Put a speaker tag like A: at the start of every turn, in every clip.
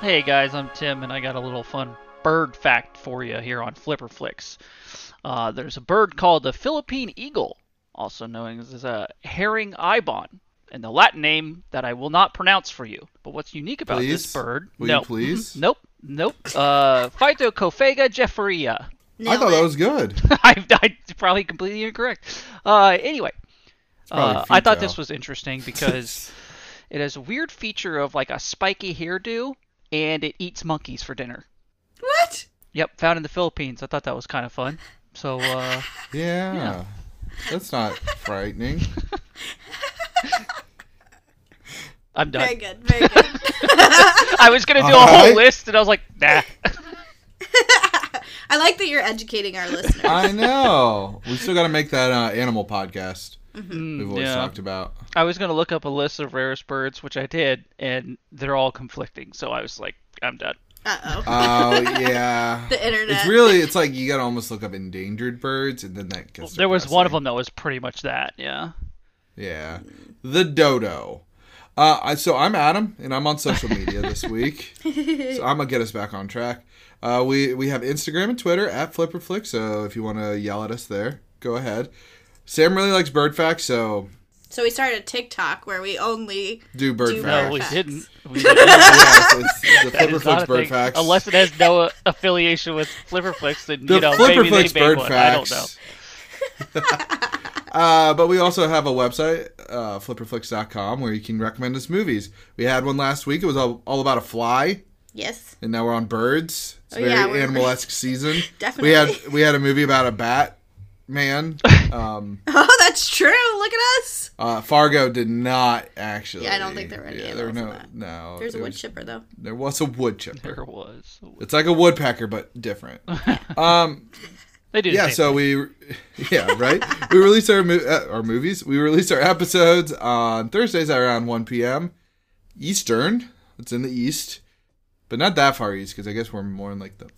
A: Hey guys, I'm Tim, and I got a little fun bird fact for you here on Flipper Flicks. Uh, there's a bird called the Philippine eagle, also known as a herring ibon, and the Latin name that I will not pronounce for you. But what's unique about
B: Please?
A: this bird?
B: Will
A: no,
B: you please?
A: nope, nope. Uh, Phytocophega jefferia.
B: I thought that was good.
A: I, I probably completely incorrect. Uh, anyway,
B: probably
A: uh, I thought
B: futile.
A: this was interesting because it has a weird feature of like a spiky hairdo, and it eats monkeys for dinner.
C: What?
A: Yep, found in the Philippines. I thought that was kind of fun. So uh,
B: Yeah. That's not frightening.
A: I'm done.
C: Very good, very good.
A: I was gonna do a
B: All
A: whole
B: right.
A: list, and I was like, nah.
C: I like that you're educating our listeners.
B: I know. We still got to make that uh, animal podcast we've always
A: Mm, yeah.
B: talked about.
A: I was gonna look up a list of rarest birds, which I did, and they're all conflicting. So I was like, I'm done.
C: Uh oh.
B: Oh yeah.
C: The internet.
B: It's really. It's like you got to almost look up endangered birds, and then that. Gets
A: there was one of
B: depressing.
A: them that was pretty much that. Yeah.
B: Yeah. The dodo. Uh, I, so I'm Adam, and I'm on social media this week. so I'm gonna get us back on track. Uh, we we have Instagram and Twitter at FlipperFlick. So if you want to yell at us there, go ahead. Sam really likes bird facts, so
C: So we started a TikTok where we only
B: do bird
C: Do
B: facts.
A: No, we
C: facts.
A: didn't. We didn't.
B: Yes, it's the
A: That is not
B: FlipperFlick's
A: a
B: bird
A: thing.
B: facts.
A: Unless it has no uh, affiliation with Flipperflix, then
B: the
A: you know maybe
B: FlipperFlick's
A: they made
B: bird
A: one.
B: facts.
A: I don't know.
B: Uh, but we also have a website, uh, flipperflix.com, where you can recommend us movies. We had one last week. It was all, all about a fly.
C: yes.
B: and now we're on birds. It's a
C: Oh,
B: very
C: yeah, we're-
B: animal esque season.
C: Definitely.
B: We had we had a movie about a bat man. Um,
C: Oh, that's true. Look at us.
B: uh, Fargo did not actually.
C: Yeah, I don't think there were any
B: there were no,
C: animals in
B: no.
C: There's a
B: there
C: wood
B: was-
C: chipper though.
B: There was a wood chipper.
A: There was.
B: It's like a woodpecker, but different. um,
A: They do. the
B: yeah,
A: same
B: so we, yeah, right. we released our mo- uh, our movies. We released our episodes on Thursdays at around one p.m. Eastern. It's in the east, but not that far east because I guess we're more in like the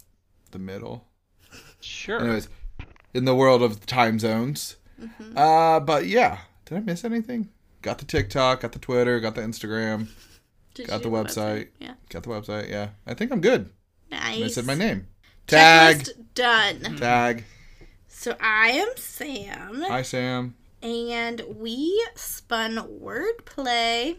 B: the middle.
A: thing. sure.
B: Anyways, in the world of time zones. Uh, but yeah, did I miss anything? Got the TikTok, got the Twitter, got the Instagram,
C: Did
B: Got
C: you
B: the
C: do
B: website.
C: Yeah.
B: got the website. Yeah, I think I'm good.
C: Nice.
B: And I said my name. Tag,
C: Checklist done.
B: tag.
C: So I am Sam,
B: Hi, Sam.
C: and we spun wordplay.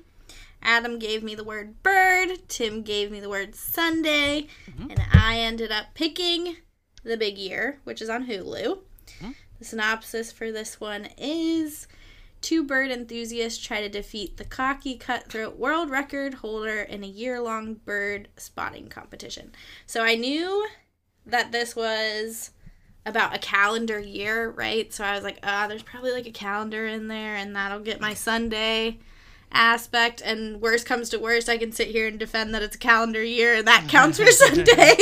C: Adam gave me the word bird. Tim gave me the word Sunday, and I ended up picking the Big Year, which is on Hulu. The synopsis for this one is. Two bird enthusiasts try to defeat the cocky cutthroat world record holder in a year long bird spotting competition. So I knew that this was about a calendar year, right? So I was like, ah, there's probably like a calendar in there, and that'll get my Sunday aspect. And worst comes to worst, I can sit here and defend that it's a calendar year, and that counts for Sunday.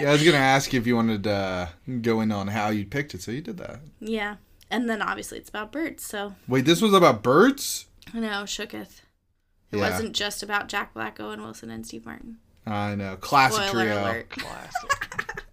B: Yeah, I was gonna ask you if you wanted to uh, go in on how you picked it, so you did that.
C: yeah. And then obviously it's about birds, so
B: Wait, this was about birds.
C: I know, shooketh. It
B: Yeah.
C: wasn't just about Jack Black, Owen Wilson, and Steve Martin.
B: I know, classic
C: Spoiler
B: trio.
C: alert.
A: Classic.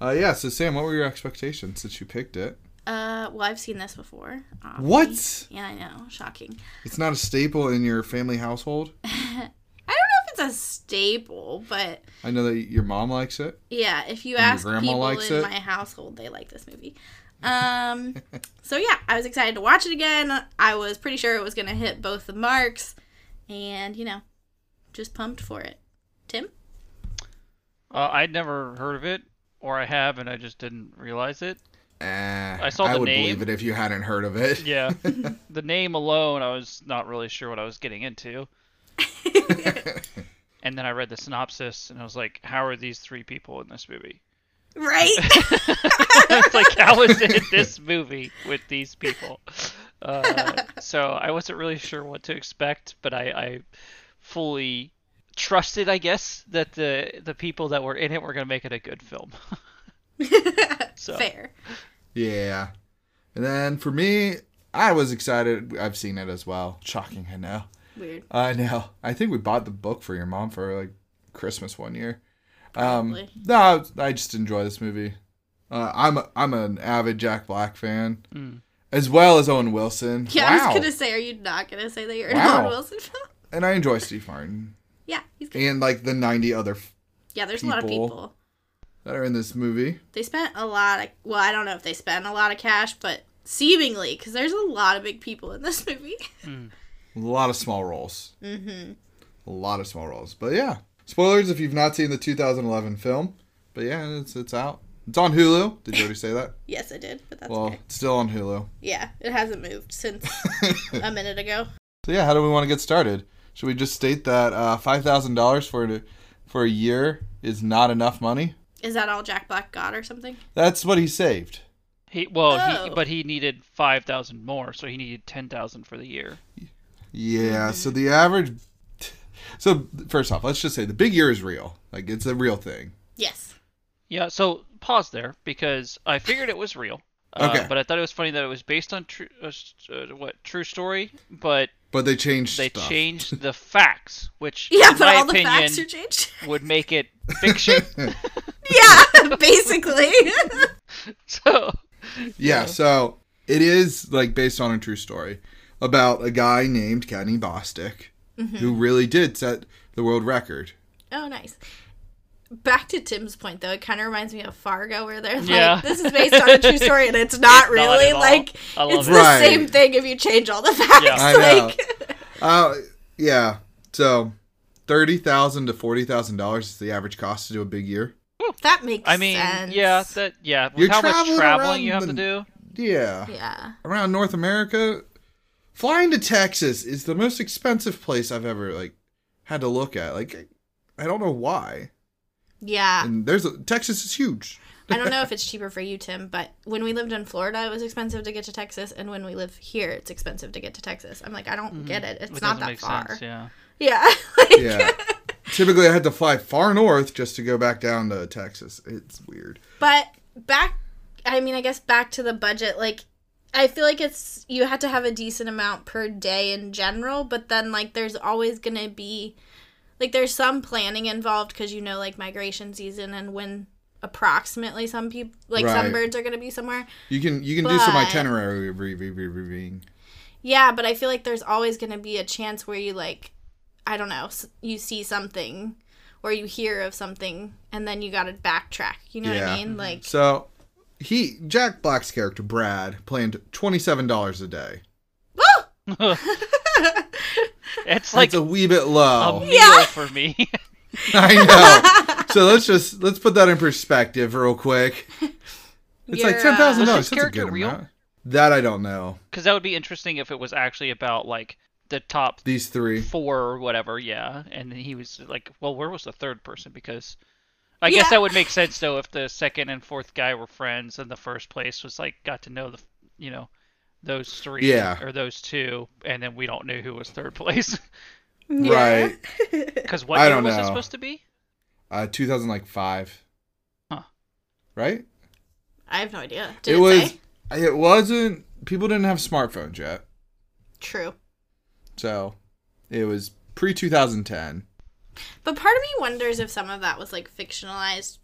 B: Uh, yeah. So Sam, what were your expectations since you picked it?
C: Uh, well, I've seen this before. obvi-
B: What?
C: Yeah, I know. Shocking.
B: It's not a staple in your family household.
C: I don't know if it's a staple, but
B: I know that your mom likes it.
C: yeah, if you
B: And your
C: ask
B: grandma
C: people
B: likes
C: in
B: it?
C: my household, they like this movie. Um, so yeah, I was excited to watch it again. I was pretty sure it was gonna hit both the marks, and you know, just pumped for it. Tim,
A: Uh, I'd never heard of it, or I have, and I just didn't realize it.
B: Eh,
A: I saw the
B: would
A: name.
B: believe it if you hadn't heard of it.
A: Yeah. the name alone, I was not really sure what I was getting into. and then I read the synopsis, and I was like, how are these three people in this movie?
C: right?
A: it's like, how is it this movie with these people? Uh, so I wasn't really sure what to expect, but I, I fully trusted, I guess, that the the people that were in it were going to make it a good film. so
C: Fair.
B: Yeah. And then for me, I was excited. I've seen it as well. Shocking, I know.
C: Weird.
B: I know. I think we bought the book for your mom for like Christmas one year. Um,
C: Probably.
B: no, I just enjoy this movie. Uh, I'm a, I'm an avid Jack Black fan, as well as Owen Wilson.
C: Mm. Yeah, I
B: Wow.
C: was gonna say, are you not gonna say that you're an
B: Wow.
C: Owen Wilson film?
B: And I enjoy Steve Martin.
C: Yeah, he's good.
B: and like the 90 other f-
C: Yeah, there's a lot of
B: people.
C: people.
B: that are in this movie.
C: They spent a lot of. Well, I don't know if they spent a lot of cash, but seemingly, because there's a lot of big people in this movie.
B: A lot of small roles. Mm-hmm. A lot of small roles. But yeah, spoilers if you've not seen the 2011 film. But yeah, it's it's out. It's on Hulu. Did you already say that?
C: yes, I did, but that's
B: Well,
C: okay.
B: it's still on Hulu.
C: Yeah, it hasn't moved since a minute ago.
B: So yeah, how do we want to get started? Should we just state that uh, five thousand dollars for a- for a year is not enough money?
C: Is that all Jack Black got or something?
B: That's what he saved.
A: He well, he
C: Oh.
A: but he needed five thousand more, so he needed ten thousand for the year.
B: Yeah. So the average. So first off, let's just say the big year is real. Like it's a real thing.
C: Yes.
A: Yeah. So pause there because I figured it was real.
B: Okay.
A: Uh, but I thought it was funny that it was based on true, uh, s- uh, what true story, but
B: But they changed.
A: they
B: stuff.
A: changed the facts, which
C: Yeah,
A: in
C: but
A: my
C: all the
A: opinion
C: facts are changed.
A: would make it fiction.
C: yeah, basically.
A: so
B: Yeah. So it is like based on a true story about a guy named Kenny Bostic who really did set the world record.
C: oh, nice. Back to Tim's point, though, it kind of reminds me of Fargo, where they're like,
A: Yeah.
C: "This is based on a true story, and it's not
A: It's not
C: really
A: at all.
C: like
A: I love
C: it's
A: it.
C: the
B: Right.
C: same thing if you change all the facts."
A: Yeah.
B: I know.
C: Like,
B: Uh, yeah. So thirty thousand to forty thousand dollars is the average cost to do a big year.
C: that makes.
A: I mean,
C: sense.
A: yeah, that yeah, with
B: You're
A: how much
B: traveling
A: traveling you
B: around
A: have to do.
B: Yeah.
C: yeah.
B: Around North America, flying to Texas is the most expensive place I've ever like had to look at. Like, I don't know why.
C: Yeah.
B: And there's a, Texas is huge.
C: I don't know if it's cheaper for you, Tim, but when we lived in Florida, it was expensive to get to Texas, and when we live here, it's expensive to get to Texas. I'm like, I don't get it. It's
A: Mm-hmm. It
C: not
A: doesn't
C: that
A: make
C: far.
A: sense. Yeah.
C: yeah. like-
B: Yeah. Typically, I had to fly far north just to go back down to Texas. It's weird.
C: But back, I mean, I guess back to the budget. Like, I feel like it's you have to have a decent amount per day in general, but then like there's always gonna be, like there's some planning involved because you know like migration season and when approximately some people like some
B: Right.
C: birds are gonna be somewhere.
B: You can you can do some
C: But-
B: itinerary re- re- re- re- re-
C: Yeah, but I feel like there's always going to be a chance where you like, I don't know, s- you see something or you hear of something, and then you got to backtrack. You know what
B: Yeah. Mm-hmm.
C: I mean? Like,
B: So, he Jack Black's character Brad planned twenty seven dollars a day.
C: woo!
A: It's
B: Like
A: like
B: That's a wee bit
A: a
B: low.
A: meal
C: Yeah.
A: for me.
B: I know. so let's just let's put that in perspective real quick. It's like
C: Your,
B: ten thousand
C: uh,
A: Was his
B: dollars. That's a good
A: character real?
B: amount. That I don't know.
A: Because that would be interesting if it was actually about like the top
B: These three.
A: four or whatever, yeah. And then he was like, well, where was the third person? Because I
C: Yeah.
A: guess that would make sense though if the second and fourth guy were friends and the first place was like got to know the you know those three
B: Yeah.
A: or those two, and then we don't know who was third place
C: Yeah.
B: Right.
A: because what
B: I
A: year
B: don't
A: was it
B: know.
A: supposed to be?
B: Uh, two thousand like five.
A: Huh.
B: Right.
C: I have no idea. Did it,
B: it was.
C: say?
B: It wasn't. People didn't have smartphones yet,
C: True.
B: so it was pre two thousand ten.
C: But part of me wonders if some of that was like fictionalized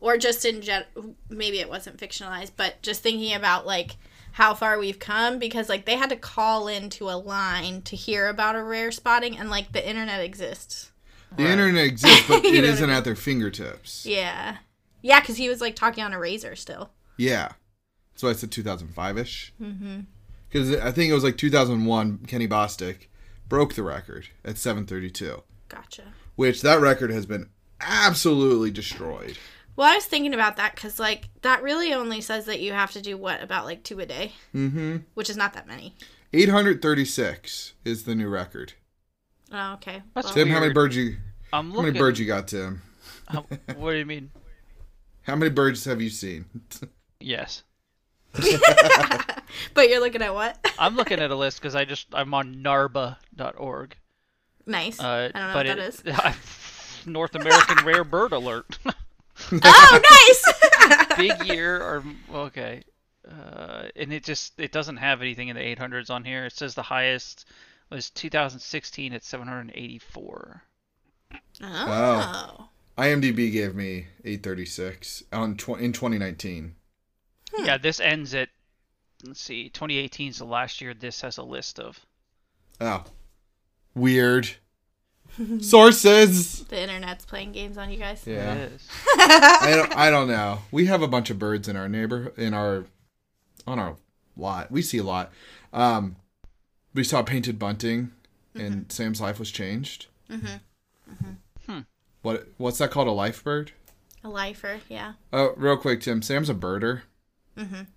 C: or just in gen maybe it wasn't fictionalized, but just thinking about like how far we've come because like they had to call into a line to hear about a rare spotting and like the internet exists.
B: The
A: Right.
B: internet exists, but
C: You
B: it
C: know what I
B: isn't at their fingertips. Yeah.
C: Yeah. Yeah, because he was like talking on a razor still.
B: That's why I said two thousand five ish.
C: Mm-hmm.
B: Because I think it was like two thousand one. Kenny Bostic broke the record at seven thirty two.
C: Gotcha.
B: which that record has been absolutely destroyed.
C: Well, I was thinking about that because like that really only says that you have to do what about like two a day,
B: Mm-hmm.
C: which is not that many.
B: 836 is the new record.
C: Oh, okay.
A: That's
C: Well,
A: weird.
B: Tim, how many birds you
A: I'm
B: how
A: looking.
B: many birds you got, Tim?
A: um, what do you mean?
B: How many birds have you seen?
A: Yes,
C: but you're looking at what?
A: I'm looking at a list because I just I'm on narba.org.
C: nice.
A: Uh,
C: I don't know
A: but
C: what that
A: it-
C: is.
A: North American rare bird alert.
C: oh, nice.
A: Big year or okay, uh, and it just it doesn't have anything in the 800s on here. It says the highest was 2016 at 784.
C: Oh.
B: IMDb gave me 836 on tw- in 2019.
C: Hmm.
A: Yeah, this ends at let's see, 2018 is the last year. This has a list of.
B: Oh, weird. Sources.
C: The internet's playing games on you guys.
B: Yeah.
A: It is.
B: I don't, I don't know. We have a bunch of birds in our neighbor in our on our lot. We see a lot. Um, we saw painted bunting,
C: Mm-hmm.
B: and Sam's life was changed. Mm-hmm. What what's that called? A life bird?
C: A lifer, yeah. Mm-hmm.
B: Oh, real quick, Tim. Sam's a birder.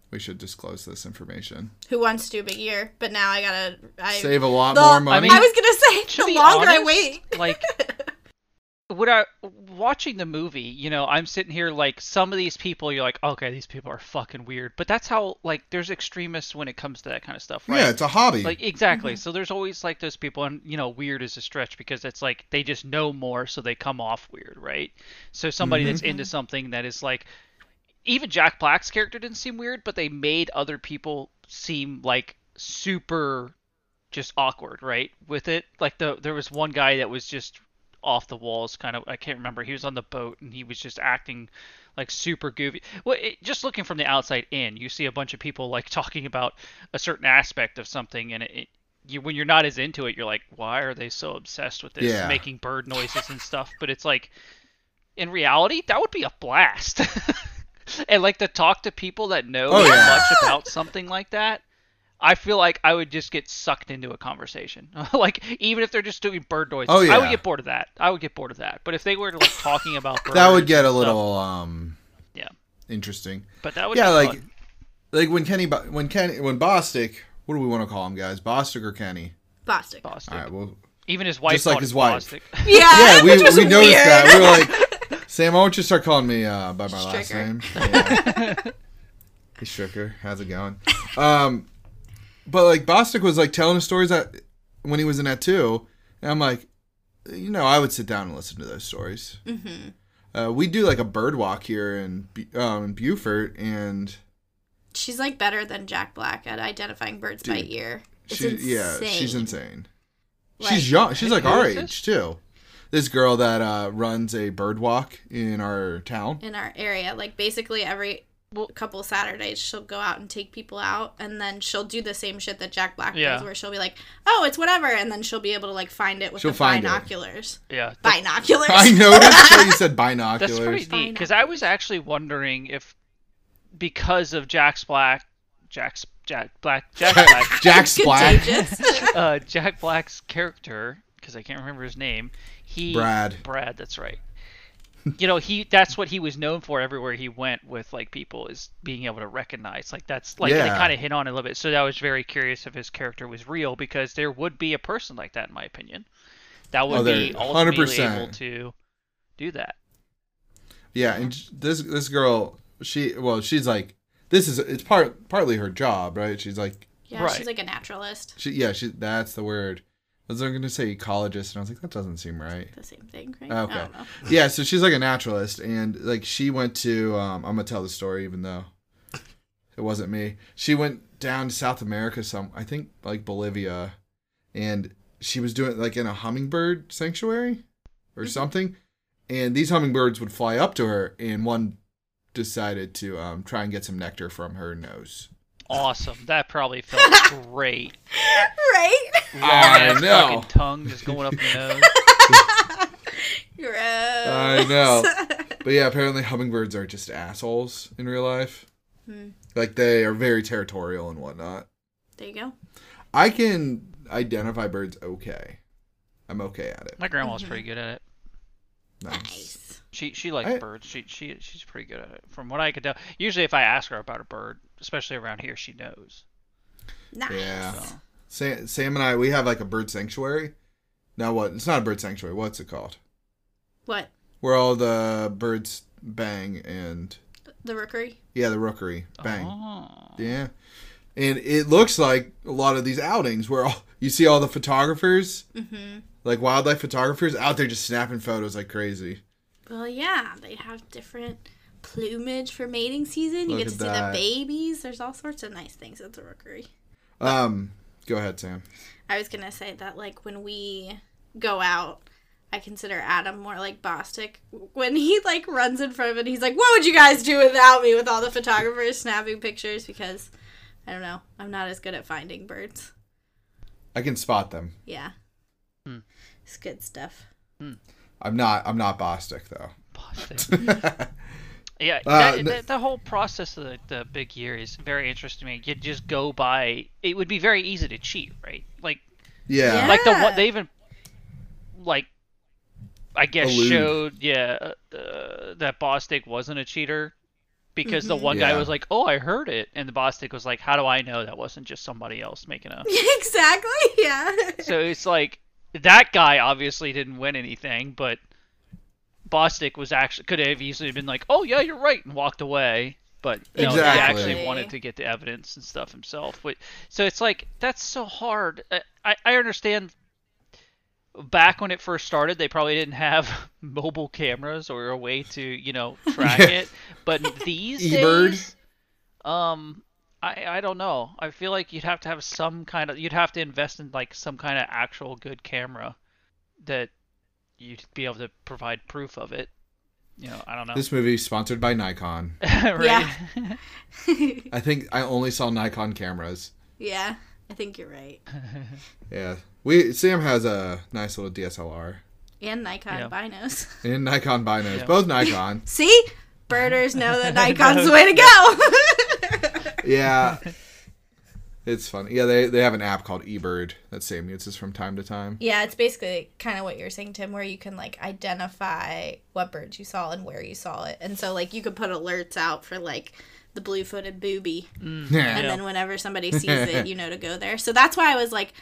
B: We should disclose this information.
C: Who wants to do a big year? But now I gotta. I,
B: Save a lot
C: the-
B: more money.
A: mean-
C: I was gonna say
A: To
C: the
A: be
C: longer I
A: honest,
C: wait.
A: like would I watching the movie, you know, I'm sitting here like some of these people you're like, okay, these people are fucking weird. But that's how like there's extremists when it comes to that kind of stuff, right?
B: Yeah, it's a hobby.
A: Like exactly. So there's always like those people, and you know, weird is a stretch because it's like they just know more, so they come off weird, right? So somebody that's into something that is like, even Jack Black's character didn't seem weird, but they made other people seem like super, just awkward, right? With it, like the there was one guy that was just off the walls, kind of. I can't remember. He was on the boat and he was just acting like super goofy. Well, it, just looking from the outside in, you see a bunch of people like talking about a certain aspect of something, and it, it you when you're not as into it, you're like, why are they so obsessed with this,
B: Yeah.
A: making bird noises and stuff? But it's like, in reality, that would be a blast. and like to talk to people that know
B: Oh,
A: so
B: yeah.
A: much about something like that. I feel like I would just get sucked into a conversation. like even if they're just doing bird noises,
B: Oh,
A: I
B: yeah.
A: would get bored of that. I would get bored of that. But if they were like talking about birds,
B: that would get
A: and
B: a
A: stuff-
B: little um
A: Yeah.
B: interesting.
A: But that would
B: yeah,
A: be
B: like
A: fun.
B: like when Kenny Bo- when Kenny when Bostic, what do we want to call him guys? Bostic or Kenny?
C: Bostic.
A: Bostic.
B: All right, well
A: Even his wife
B: Just like
A: called
B: his
A: him
B: wife.
A: Bostic.
C: Yeah,
B: Yeah, we,
C: which was
B: we noticed
C: weird.
B: that. We were like, Sam, I want you to start calling me uh, by my last
C: Stricker.
B: name. Yeah. hey, Stricker, how's it going? Um, but like Bostic was like telling us stories that when he was in that too, and I'm like, you know, I would sit down and listen to those stories. Mm-hmm. Uh, we do like a bird walk here in Bu- um, in Beaufort, and
C: She's like better than Jack Black at identifying birds by
B: Dude,
C: ear. It's
B: she yeah, she's
C: insane.
B: insane.
C: Like-
B: she's young. She's like
A: Who
B: our
A: is this?
B: age too. This girl that uh, runs a bird walk in our town.
C: in our area. Like basically every couple Saturdays, she'll go out and take people out, and then she'll do the same shit that Jack Black
A: Yeah.
C: does, where she'll be like, "Oh, it's whatever," and then she'll be able to like find it with
B: She'll
C: the
B: find it.
C: binoculars.
A: Yeah.
C: Binoculars.
B: I noticed that you said binoculars.
A: That's pretty neat because I was actually wondering if because of Jack's Black, Jack's Jack Black, Jack Black,
B: Jack Black.
C: Contagious.
A: uh, Jack Black's character because I can't remember his name. He
B: Brad.
A: Brad, that's right. You know, he that's what he was known for everywhere he went with like people is being able to recognize. Like that's like they
B: Yeah.
A: kind of hit on it a little bit. So I was very curious if his character was real because there would be a person like that in my opinion. That would
B: Oh, there-
A: be ultimately
B: 100%.
A: able to do that.
B: Yeah, and sh- this this girl, she well, she's like this is it's part partly her job, right? She's like
C: yeah,
A: Right.
C: she's like a naturalist.
B: she yeah, she that's the word. I was going to say ecologist, and I was like, that doesn't seem right.
C: The same thing, right? I
B: Okay,
C: don't know.
B: yeah, so she's like a naturalist, and like she went to um, I'm gonna tell the story, even though it wasn't me. She went down to South America, some I think like Bolivia, and she was doing like in a hummingbird sanctuary or something, and these hummingbirds would fly up to her, and one decided to um, try and get some nectar from her nose.
A: Awesome. That probably felt great.
C: Right?
A: Long
B: I
A: ass
B: know.
A: fucking tongue just going up your nose.
C: Gross.
B: I know, but yeah, apparently hummingbirds are just assholes in real life. Like they are very territorial and whatnot.
C: Hmm. There you go.
B: I can identify birds okay. I'm okay at it.
A: My grandma was pretty good at it.
B: Nice.
C: Nice.
A: She she likes
B: I-
A: birds. She she she's pretty good at it. From what I could tell, usually if I ask her about a bird, especially around here, she knows.
C: Nice.
B: Yeah. Sam, Sam and I, we have like a bird sanctuary. Now what? It's not a bird sanctuary. What's it called?
C: What?
B: Where all the birds bang and
C: The rookery?
B: yeah, the rookery bang.
A: Oh.
B: Yeah. And it looks like a lot of these outings where all, you see all the photographers, like wildlife photographers, out there just snapping photos like crazy.
C: Well, yeah, they have different plumage for mating season. You
B: Look
C: get to
B: at
C: see
B: that.
C: the babies. There's all sorts of nice things at the rookery.
B: Um, go ahead, Sam.
C: I was gonna say that like when we go out, I consider Adam more like Bostic. When he like runs in front of it, he's like, "What would you guys do without me?" With all the photographers snapping pictures because I don't know, I'm not as good at finding birds.
B: I can spot them.
C: Yeah. It's good stuff.
B: I'm not. I'm not Bostic though.
A: Bostic. yeah,
B: Uh,
A: that,
B: n-
A: that- the whole process of the, the big year is very interesting to me. You just go by. It would be very easy to cheat, right? Like
B: Yeah.
A: like the
C: Yeah.
A: one they even like i guess
B: Allude.
A: showed yeah uh, that Bostic wasn't a cheater because the one
B: Mm-hmm. Yeah.
A: guy was like oh i heard it and the Bostic was like how do i know that wasn't just somebody else making a
C: exactly. Yeah.
A: so it's like that guy obviously didn't win anything but Bostic was actually could have easily been like oh yeah you're right and walked away but no,
B: Exactly.
A: he actually wanted to get the evidence and stuff himself but so it's like that's so hard I- i, I understand back when it first started, they probably didn't have mobile cameras or a way to, you know, track
B: Yeah.
A: it. But these
B: eBird.
A: days, um, I I don't know. I feel like you'd have to have some kind of you'd have to invest in like some kind of actual good camera that you'd be able to provide proof of it. You know, I don't know.
B: This movie is sponsored by Nikon.
A: right?
C: Yeah.
B: I think I only saw Nikon cameras.
C: yeah. I think you're right.
B: Yeah. We Sam has a nice little DSLR
C: And Nikon
A: Yeah.
C: binos.
B: and Nikon binos,
A: Yeah.
B: both Nikon.
C: See? Birders know that Nikon's the way to go.
B: yeah. It's funny. Yeah, they, they have an app called eBird that Sam uses from time to time.
C: yeah, it's basically kind of what you're saying, Tim, where you can like identify what birds you saw and where you saw it. And so like you could put alerts out for like the blue footed booby. and
A: Yeah.
C: then whenever somebody sees it, you know to go there. So that's why I was like,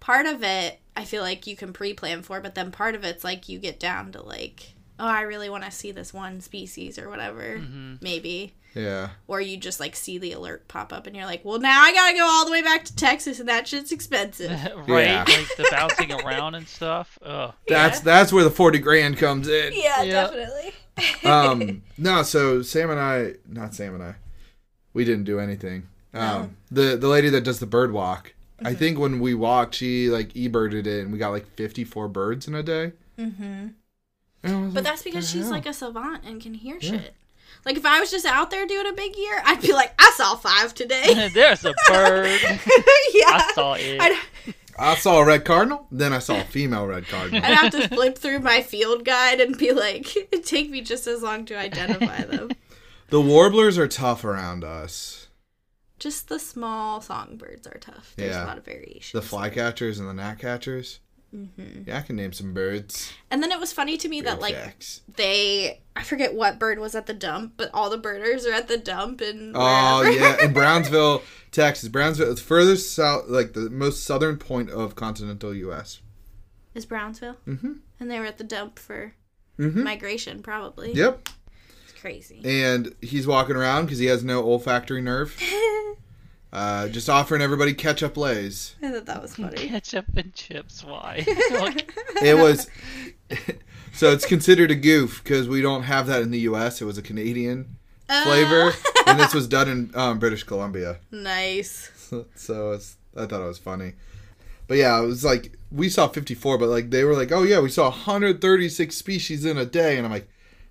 C: part of it I feel like you can pre-plan for, but then part of it's like you get down to like, oh, I really want to see this one species or whatever, maybe,
B: yeah.
C: or you just like see the alert pop up and you're like, well, now I gotta go all the way back to Texas and that shit's expensive.
A: right?
B: Yeah.
A: Like the bouncing around and stuff. Ugh.
B: That's that's where the forty grand comes in.
C: yeah,
A: Yeah.
C: definitely.
B: um no so sam and i not sam and i we didn't do anything um the the lady that does the bird walk i think when we walked she like e-birded it and we got like 54 birds in a day mm-hmm
C: But that's because she's like a savant and can hear shit. Like if I was just out there doing a big year, I'd be like, I saw five today.
A: There's a bird.
C: yeah.
A: I saw it.
C: I'd-
B: i saw a red cardinal then i saw a female red cardinal
C: I'd have to flip through my field guide and be like, it'd take me just as long to identify them.
B: the warblers are tough around us
C: just the small songbirds are tough. There's
B: Yeah.
C: a lot of variations.
B: the flycatchers and the gnatcatchers mm-hmm. yeah i can name some birds
C: and then it was funny to me that like
B: Jacks.
C: they, I forget what bird was at the dump, but all the birders are at the dump and
B: Oh
C: wherever.
B: yeah, in Brownsville, Texas. Brownsville, it's further south, like the most southern point of continental U.S.
C: is Brownsville,
B: Mhm.
C: and they were at the dump for
B: Mhm.
C: migration probably.
B: Yep.
C: it's crazy.
B: And he's walking around because he has no olfactory nerve, uh, just offering everybody ketchup lays.
C: I thought that was funny.
A: Ketchup and chips. Why? Like,
B: It was. So it's considered a goof because we don't have that in the U.S. It was a Canadian
C: Uh,
B: flavor, and this was done in um, British Columbia.
C: Nice.
B: so it's, I thought it was funny. But yeah, it was like we saw 54, but like they were like, oh yeah, we saw 136 species in a day, and I'm like,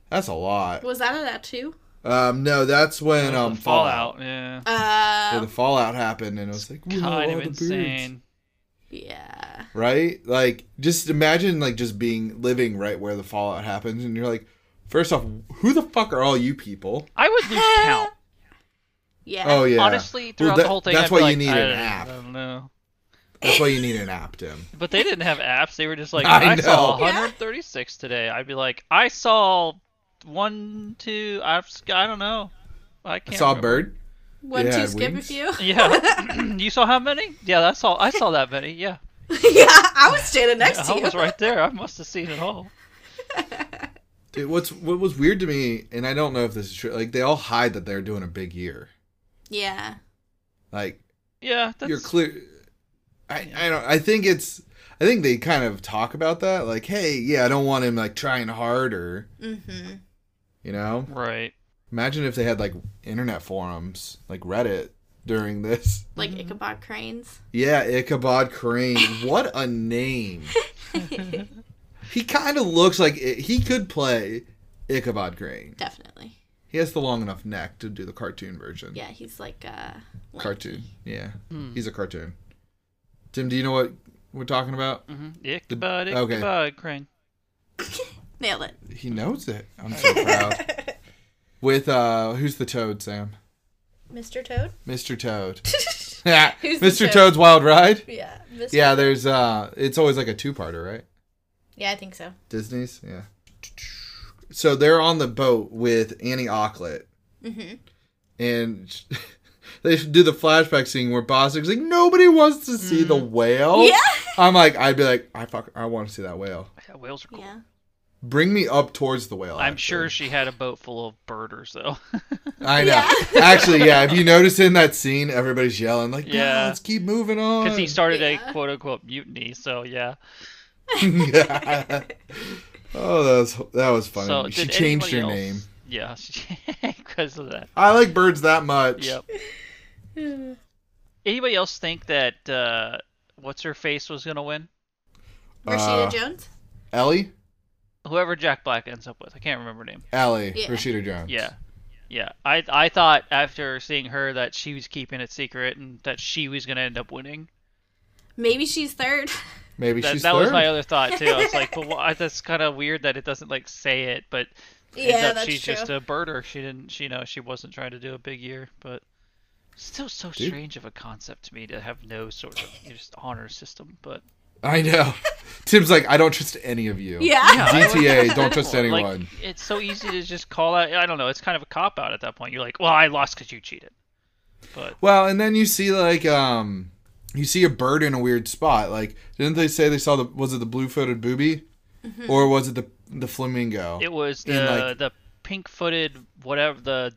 B: that's a lot.
C: Was that at that too?
B: Um, no, that's when um
A: the fallout. Yeah.
B: Yeah,
C: Uh,
B: the fallout happened, and it was like "Whoa,
A: kind
B: all
A: of
B: the birds."
A: insane.
C: yeah.
B: right? Like just imagine like just being living right where the fallout happens, and you're like, first off, who the fuck are all you people?
A: I would lose count.
C: Yeah.
B: Oh yeah,
A: Honestly,
B: Well,
A: throughout
B: that-
A: the whole thing,
B: That's
A: I'd be
B: why
A: like,
B: you need
A: I
B: an
A: don't-
B: app.
A: I don't know.
B: That's why you need an app, Tim.
A: But they didn't have apps. They were just like,
B: I
A: I, saw
B: know.
C: Yeah.
A: 136 today. I'd be like, I saw one, two. I've, s- I don't know. I
B: I
A: can't.
B: saw a
A: remember.
B: bird.
C: One,
B: Yeah,
C: two, skip a
B: wings.
C: few.
A: Yeah. you saw how many? Yeah, that's all. I saw that many. Yeah.
C: yeah, I was standing next
A: I
C: to you.
A: was right there. I must have seen it all.
B: It, what's what was weird to me, and I don't know if this is true. Like they all hide that they're doing a big year.
C: Yeah.
B: Like
A: Yeah. That's,
B: you're clear. I I don't. I think it's. I think they kind of talk about that. Like, hey, yeah, I don't want him like trying harder.
C: Mm-hmm.
B: You know.
A: Right.
B: Imagine if they had like internet forums, like Reddit, during this.
C: Like Ichabod Cranes.
B: Yeah, Ichabod Crane. What a name. he kind of looks like it, he could play Ichabod Crane.
C: Definitely.
B: He has the long enough neck to do the cartoon version.
C: Yeah, Mm-hmm. he's like uh Hmm.
B: cartoon. Yeah, he's a cartoon. Tim, do you know what we're talking about?
A: hmm
C: Mm-hmm.
A: Ichabod,
B: okay.
A: Ichabod Crane.
C: Nailed it.
B: He knows it. I'm so proud. With uh, who's the Toad, Sam?
C: Mr. Toad?
B: Mr. Toad. Yeah,
C: Who's the
B: Mr.
C: Toad?
B: Toad's Wild Ride.
C: Yeah. Mr.
B: Yeah, there's uh, it's always like a two-parter, right?
C: Yeah, I think so.
B: Disney's, yeah. So they're on the boat with Annie Ocklet,
C: Mm-hmm.
B: and they do the flashback scene where Bostic's like, "Nobody wants to see the whale."
C: Mm. Yeah.
B: I'm like, I'd be like, I fuck, I want to see that whale.
A: Yeah, whales are cool.
C: Yeah.
B: Bring me up towards the whale.
A: I'm
B: actually.
A: sure she had a boat full of birders, though.
B: I know. actually, yeah. If you notice in that scene, everybody's yelling like, "Yeah,
A: Yeah.
B: let's keep moving on."
A: Because he started
C: Yeah.
A: a quote unquote mutiny, so yeah.
B: Yeah. Oh, that was that was funny.
A: So,
B: she
A: did
B: changed her
A: anybody else-
B: name.
A: Yeah, because of that.
B: I like birds that much.
A: Yep. Anybody else think that uh, what's her face was gonna win?
C: Rashida
B: Uh,
C: Jones?
B: Ellie.
A: Whoever Jack Black ends up with, I can't remember her name.
B: Allie,
C: Yeah.
B: Rashida Jones.
A: Yeah, yeah. I I thought after seeing her that she was keeping it secret and that she was gonna end up winning.
C: Maybe she's third.
B: Maybe
A: That,
B: she's
A: that
B: third.
A: was my other thought too. I was like, but why, that's kind of weird that it doesn't like say it, but ends
C: yeah,
A: up
C: that's
A: she's
C: true.
A: just a birder. She didn't, she you know, she wasn't trying to do a big year, but still so
B: Dude.
A: strange of a concept to me to have no sort of just honor system. But
B: I know. Tim's like, I don't trust any of
A: uh,
B: you.
C: yeah.
B: DTA, don't trust
A: Well,
B: anyone.
A: Like, it's so easy to just call out. I don't know. It's kind of a cop out at that point. You're like, well, I lost because you cheated. But
B: Well, and then you see like um, you see a bird in a weird spot. Like, didn't they say they saw the was it the blue-footed booby,
C: Mm-hmm.
B: or was it the the flamingo?
A: it was
B: In,
A: the
B: like-
A: the pink footed whatever the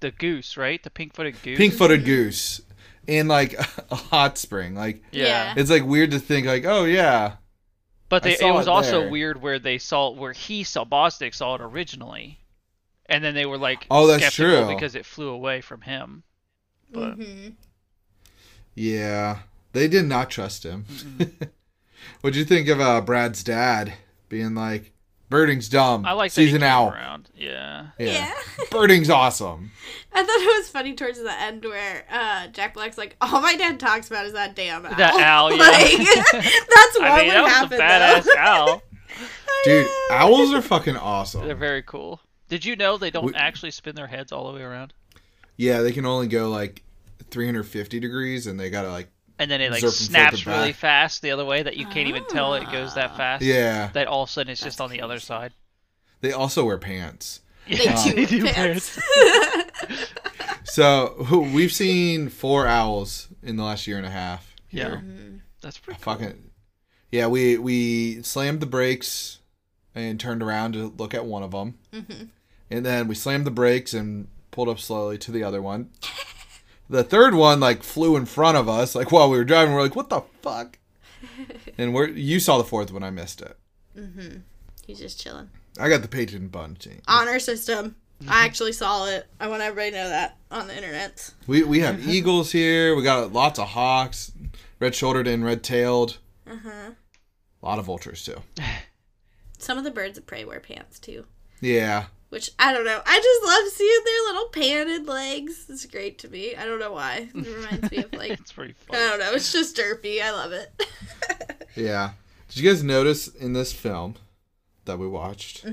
A: the goose, right? The pink footed goose.
B: Pink-footed goose in like a hot spring. Like,
A: Yeah.
C: Yeah.
B: it's like weird to think like, oh yeah,
A: But
B: I
A: they, it
B: saw
A: was
B: it
A: also
B: there.
A: weird where they saw where he saw Bostic saw it originally, and then they were like,
B: Oh, that's
A: skeptical
B: true.
A: because it flew away from him. But
C: hmm
B: yeah. They did not trust him. What'd you think of uh, Brad's dad being like, "Birding's dumb.
A: I like that
B: He's
A: he
B: an
A: came
B: owl.
A: around. Yeah.
B: Yeah.
C: Yeah.
B: Birding's awesome."
C: I thought it was funny towards the end where uh, Jack Black's like, all my dad talks about is that damn owl.
A: That owl, yeah.
C: like, that's what
A: I mean,
C: would
A: that was
C: happen,
A: a badass
C: though.
A: owl.
B: Dude, owls are fucking awesome.
A: They're very cool. Did you know they don't
B: We-
A: actually spin their heads all the way around?
B: Yeah, they can only go like 350 degrees, and they gotta like
A: And then it like
B: Zerp and flip it
A: snaps
B: back. Ah.
A: really fast the other way that you can't even tell it goes that fast.
B: yeah.
A: That all of a sudden it's just on the other side.
B: They also wear pants.
A: Yeah. They
C: They do
A: do
C: pants.
B: So we've seen four owls in the last year and a half.
A: Yeah.
B: here.
A: That's pretty cool.
B: fucking yeah. We we slammed the brakes and turned around to look at one of them, and then we slammed the brakes and pulled up slowly to the other one. The third one like flew in front of us, like while we were driving. We're like, "What the fuck?" And we're you saw the fourth one. I missed it.
C: Mm-hmm. He's just chilling.
B: I got the Peyton Bun team.
C: Honor system.
A: Mm-hmm.
C: I actually saw it. I want everybody to know that on the internet.
B: We we have eagles here. We got lots of hawks, red shouldered and red tailed. A lot of vultures too.
C: Uh-huh. Some of the birds of prey wear pants too,
B: Yeah,
C: which I don't know. I just love seeing their little panted legs. It's great to me. I don't know why. It reminds me of like uh,
A: It's pretty fun.
C: I don't know. It's just derpy. I love it.
B: yeah. Did you guys notice in this film that we watched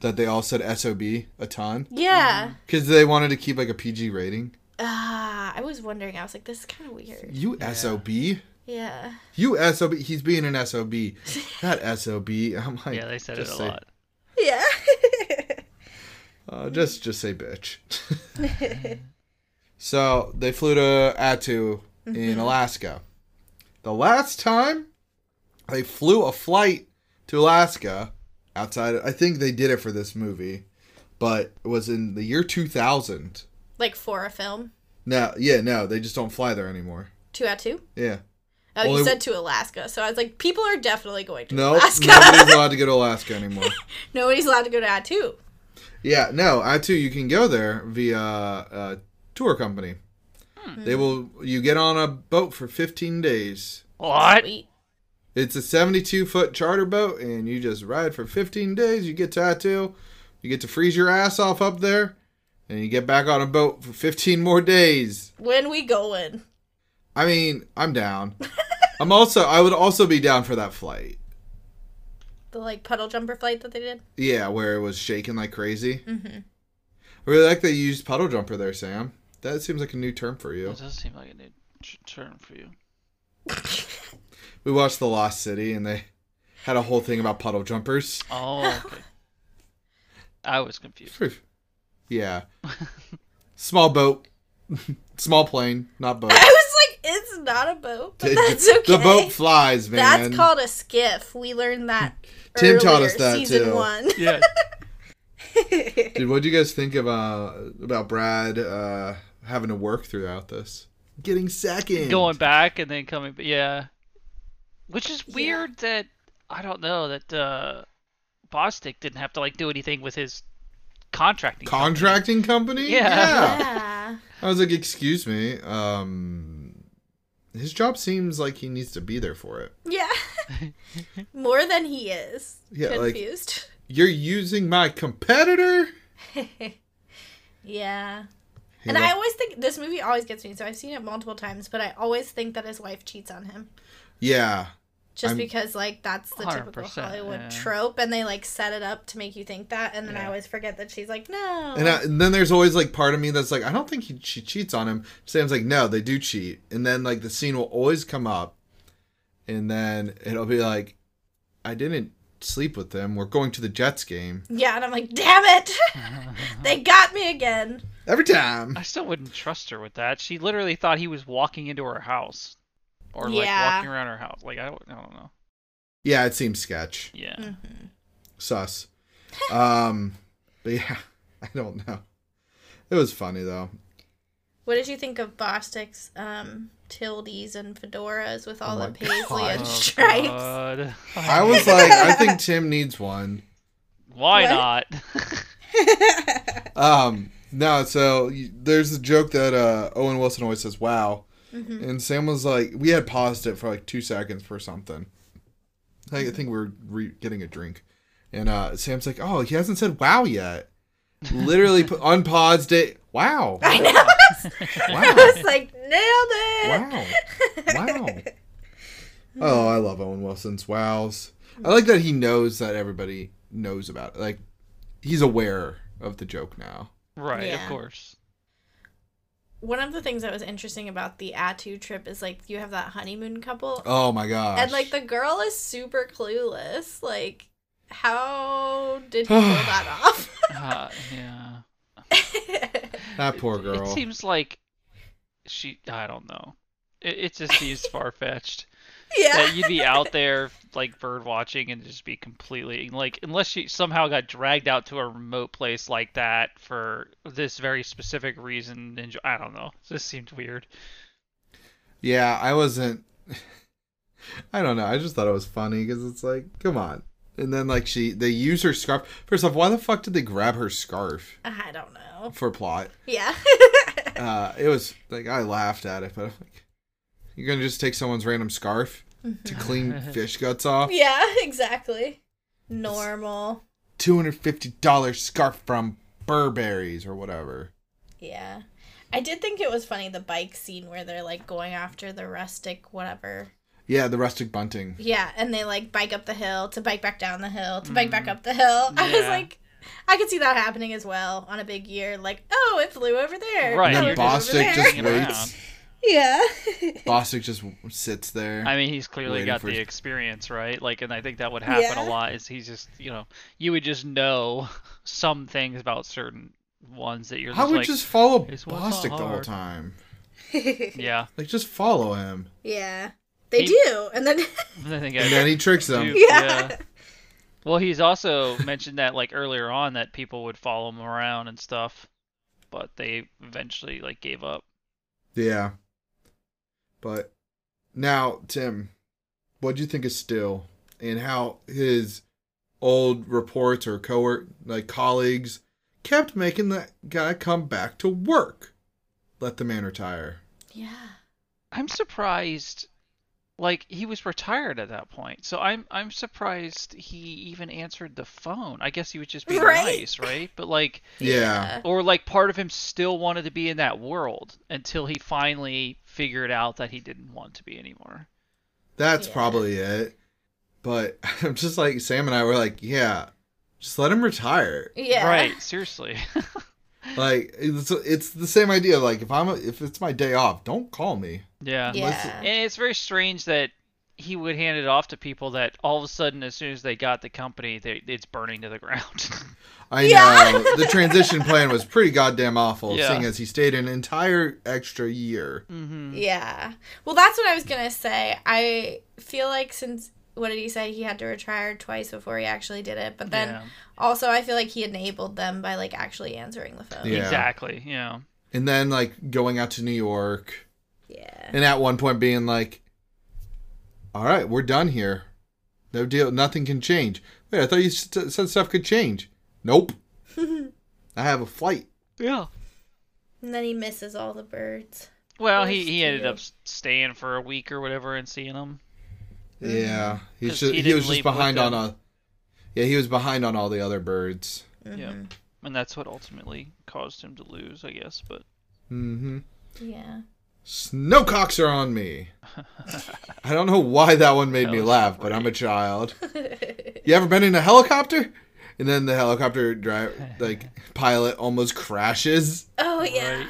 B: that they all said sob a ton
C: yeah.
B: because they wanted to keep like a PG rating?
C: Ah, I was wondering. I was like, this is kind of weird.
B: You sob, you
C: Yeah.
B: sob. He's being an sob. Not sob. I'm like,
A: Yeah, they said it
B: just
A: a
B: say-
A: lot.
C: Yeah.
B: Uh, just just say bitch. so they flew to Attu in Alaska. The last time they flew a flight to Alaska outside, I think they did it for this movie, but it was in the year 2000.
C: like for a film,
B: No, yeah, no, they just don't fly there anymore.
C: two out two.
B: Yeah.
C: Oh,
B: Only-
C: you said to Alaska, so I was like, people are definitely going to
B: No,
C: Alaska.
B: nobody's allowed to go to Alaska anymore.
C: Nobody's allowed to go to Attu.
B: Yeah, no, I too. You can go there via a tour company. They will. You get on a boat for 15 days.
A: What?
C: Sweet.
B: It's a 72 foot charter boat, and you just ride for 15 days. You get tattoo. You get to freeze your ass off up there, and you get back on a boat for 15 more days.
C: When we going?
B: I mean, I'm down. I'm also I would also be down for that flight.
C: The like puddle jumper flight that they did.
B: Yeah, where it was shaking like crazy.
C: Mm.
B: Mm-hmm. I really like they used puddle jumper there, Sam. That seems like a new term for you.
A: It does seem like a new t- term for you.
B: We watched The Lost City and they had a whole thing about puddle jumpers.
A: Oh, okay. I was confused.
B: Phew. Yeah. Small boat. Small plane, not boat.
C: I was like, it's not a boat, but that's okay.
B: The boat flies, man.
C: That's called a skiff. We learned that.
B: Tim taught us
C: earlier,
B: that,
C: season
B: too.
C: one.
A: Yeah.
B: Dude, what do you guys think of uh, about Brad uh, having to work throughout this? Getting second.
A: Going back and then coming back. Yeah. Which is weird that, I don't know, that uh, Bostic didn't have to, like, do anything with his contracting. company.
B: Contracting company?
A: Yeah.
C: yeah.
B: I was like, excuse me. Um, his job seems like he needs to be there for it.
C: Yeah. More than he is.
B: Yeah, like-
C: Confused.
B: You're using my competitor?
C: yeah.
B: He
C: and
B: lo-
C: I always think this movie always gets me, so I've seen it multiple times, but I always think that his wife cheats on him.
B: yeah.
C: Just
B: I'm-
C: because like that's the typical
A: 100%,
C: Hollywood
A: yeah.
C: trope and they like set it up to make you think that and then I
A: Yeah.
C: always forget that she's like, No
B: And, I, and then there's always like part of me that's like, I don't think he, she cheats on him. Sam's like, no, they do cheat. And then like the scene will always come up, and then it'll be like, I didn't sleep with them. We're going to the Jets game
C: Yeah, and I'm like, damn it! they got me again.
B: every time.
A: I still wouldn't trust her with that. She literally thought he was walking into her house, or like
C: Yeah.
A: walking around her house. Like I don't, I don't know.
B: Yeah, it seems sketch,
A: Yeah,
C: Mm.
B: sus. Um, but yeah, I don't know. It was funny though.
C: What did you think of Bostic's um, tildes and fedoras with all
B: Oh
C: the
B: my
C: paisley
B: God.
C: and
A: Oh,
C: stripes?
A: God.
B: I was like, I think Tim needs one.
A: Why
C: What?
A: not?
B: Um, no, so you, there's a joke that uh, Owen Wilson always says, "Wow,"
C: Mm-hmm.
B: and Sam was like, "We had paused it for like two seconds for something." I think we were re- getting a drink, and uh, Sam's like, "Oh, he hasn't said wow yet." Literally pu- unpaused it. Wow!
C: I know. I
B: Wow!
C: was like, nailed it.
B: Wow! Wow! Oh, I love Owen Wilson's wows. I like that he knows that everybody knows about it. Like, he's aware of the joke now.
A: right,
C: Yeah.
A: of course.
C: One of the things that was interesting about the Atu trip is like you have that honeymoon couple,
B: Oh my gosh!
C: and like the girl is super clueless. Like, how did he pull that off?
A: Uh, yeah.
B: That poor girl.
A: It seems like she. I don't know. It, it just seems far fetched
C: yeah.
A: that you'd be out there like bird watching and just be completely like unless she somehow got dragged out to a remote place like that for this very specific reason. And I don't know. This seemed weird.
B: yeah, I wasn't. I don't know. I just thought it was funny because it's like, come on. And then like she, they use her scarf. First off, why the fuck did they grab her scarf
C: I don't know.
B: for plot?
C: Yeah.
B: Uh, it was like I laughed at it, but I'm like, you're gonna just take someone's random scarf to clean fish guts
A: Oh.
B: off?
C: yeah. Exactly. Normal.
B: Two hundred fifty dollar scarf from Burberry's or whatever.
C: Yeah. I did think it was funny the bike scene where they're like going after the rustic whatever.
B: Yeah, the rustic bunting.
C: Yeah, and they like bike up the hill to bike back down the hill to bike back up the hill. I
A: Mm.
C: was
A: Yeah.
C: like, I could see that happening as well on a big year. Like, oh, it flew over there.
A: Right,
C: Oh,
B: and
A: you're
B: then
C: it flew over
A: just
B: Bostic
C: there."
B: just
A: hanging around.
B: waits.
C: yeah.
B: Bostic just sits there.
A: I mean, he's clearly
B: waiting
A: got
B: for-
A: the experience, right? Like, and I think that would happen a
C: Yeah.
A: lot. Is he's just, you know, you would just know some things about certain ones that you're
B: I
A: just
B: would
A: like,
B: just follow
A: "This one's not
B: Bostic the whole
A: hard."
B: time.
A: yeah.
B: Like, just follow him.
C: yeah. They
A: He-
C: do. And then
A: I think I-
B: And then he tricks them.
A: Dude,
C: Yeah.
A: Well, he's also mentioned that like earlier on that people would follow him around and stuff, but they eventually like gave up.
B: Yeah. But now, Tim, what do you think of Still and how his old reports or cohort, like colleagues, kept making that guy come back to work? Let the man retire.
C: Yeah.
A: I'm surprised like he was retired at that point. So I'm I'm surprised he even answered the phone. I guess he was just being
C: Right. Uh.
A: nice, right? But like
B: Yeah.
A: or like part of him still wanted to be in that world until he finally figured out that he didn't want to be anymore.
B: That's
C: Yeah.
B: probably it. But I'm just like Sam and I were like, yeah, just let him retire.
C: Yeah.
A: Right, seriously.
B: Like it's it's the same idea. Like if I'm if it's my day off, don't call me.
A: yeah.
C: Yeah.
A: And it's very strange that he would hand it off to people that all of a sudden, as soon as they got the company, they, it's burning to the ground.
B: I
C: Yeah.
B: know the transition plan was pretty goddamn awful,
A: Yeah.
B: seeing as he stayed an entire extra year.
A: mm-hmm.
C: Yeah. Well, that's what I was going to say. I feel like since what did he say? He had to retire twice before he actually did it. But then
A: yeah.
C: also I feel like he enabled them by like actually answering the phone.
B: Yeah.
A: Exactly. Yeah.
B: And then like going out to New York,
C: Yeah.
B: and at one point being like, "All right, we're done here. No deal. Nothing can change." Wait, I thought you st- said stuff could change. Nope. I have a flight.
A: Yeah.
C: And then he misses all the birds.
A: Well, he,
C: Worst
A: he ended
C: year.
A: up s- staying for a week or whatever and seeing them.
B: Yeah, he's
A: 'Cause
B: just,
A: he
B: he,
A: didn't
B: was just
A: leave with
B: behind on
A: them.
B: a. Yeah, he was behind on all the other birds.
A: Yeah.
C: Mm-hmm.
A: And that's what ultimately caused him to lose, I guess. But
B: Mm-hmm.
C: Yeah.
B: Snowcocks are on me. I don't know why that one made
A: That
B: me
A: was
B: laugh, but I'm a child. you ever been in a helicopter? And then the helicopter driver, like pilot, almost crashes.
C: Oh yeah.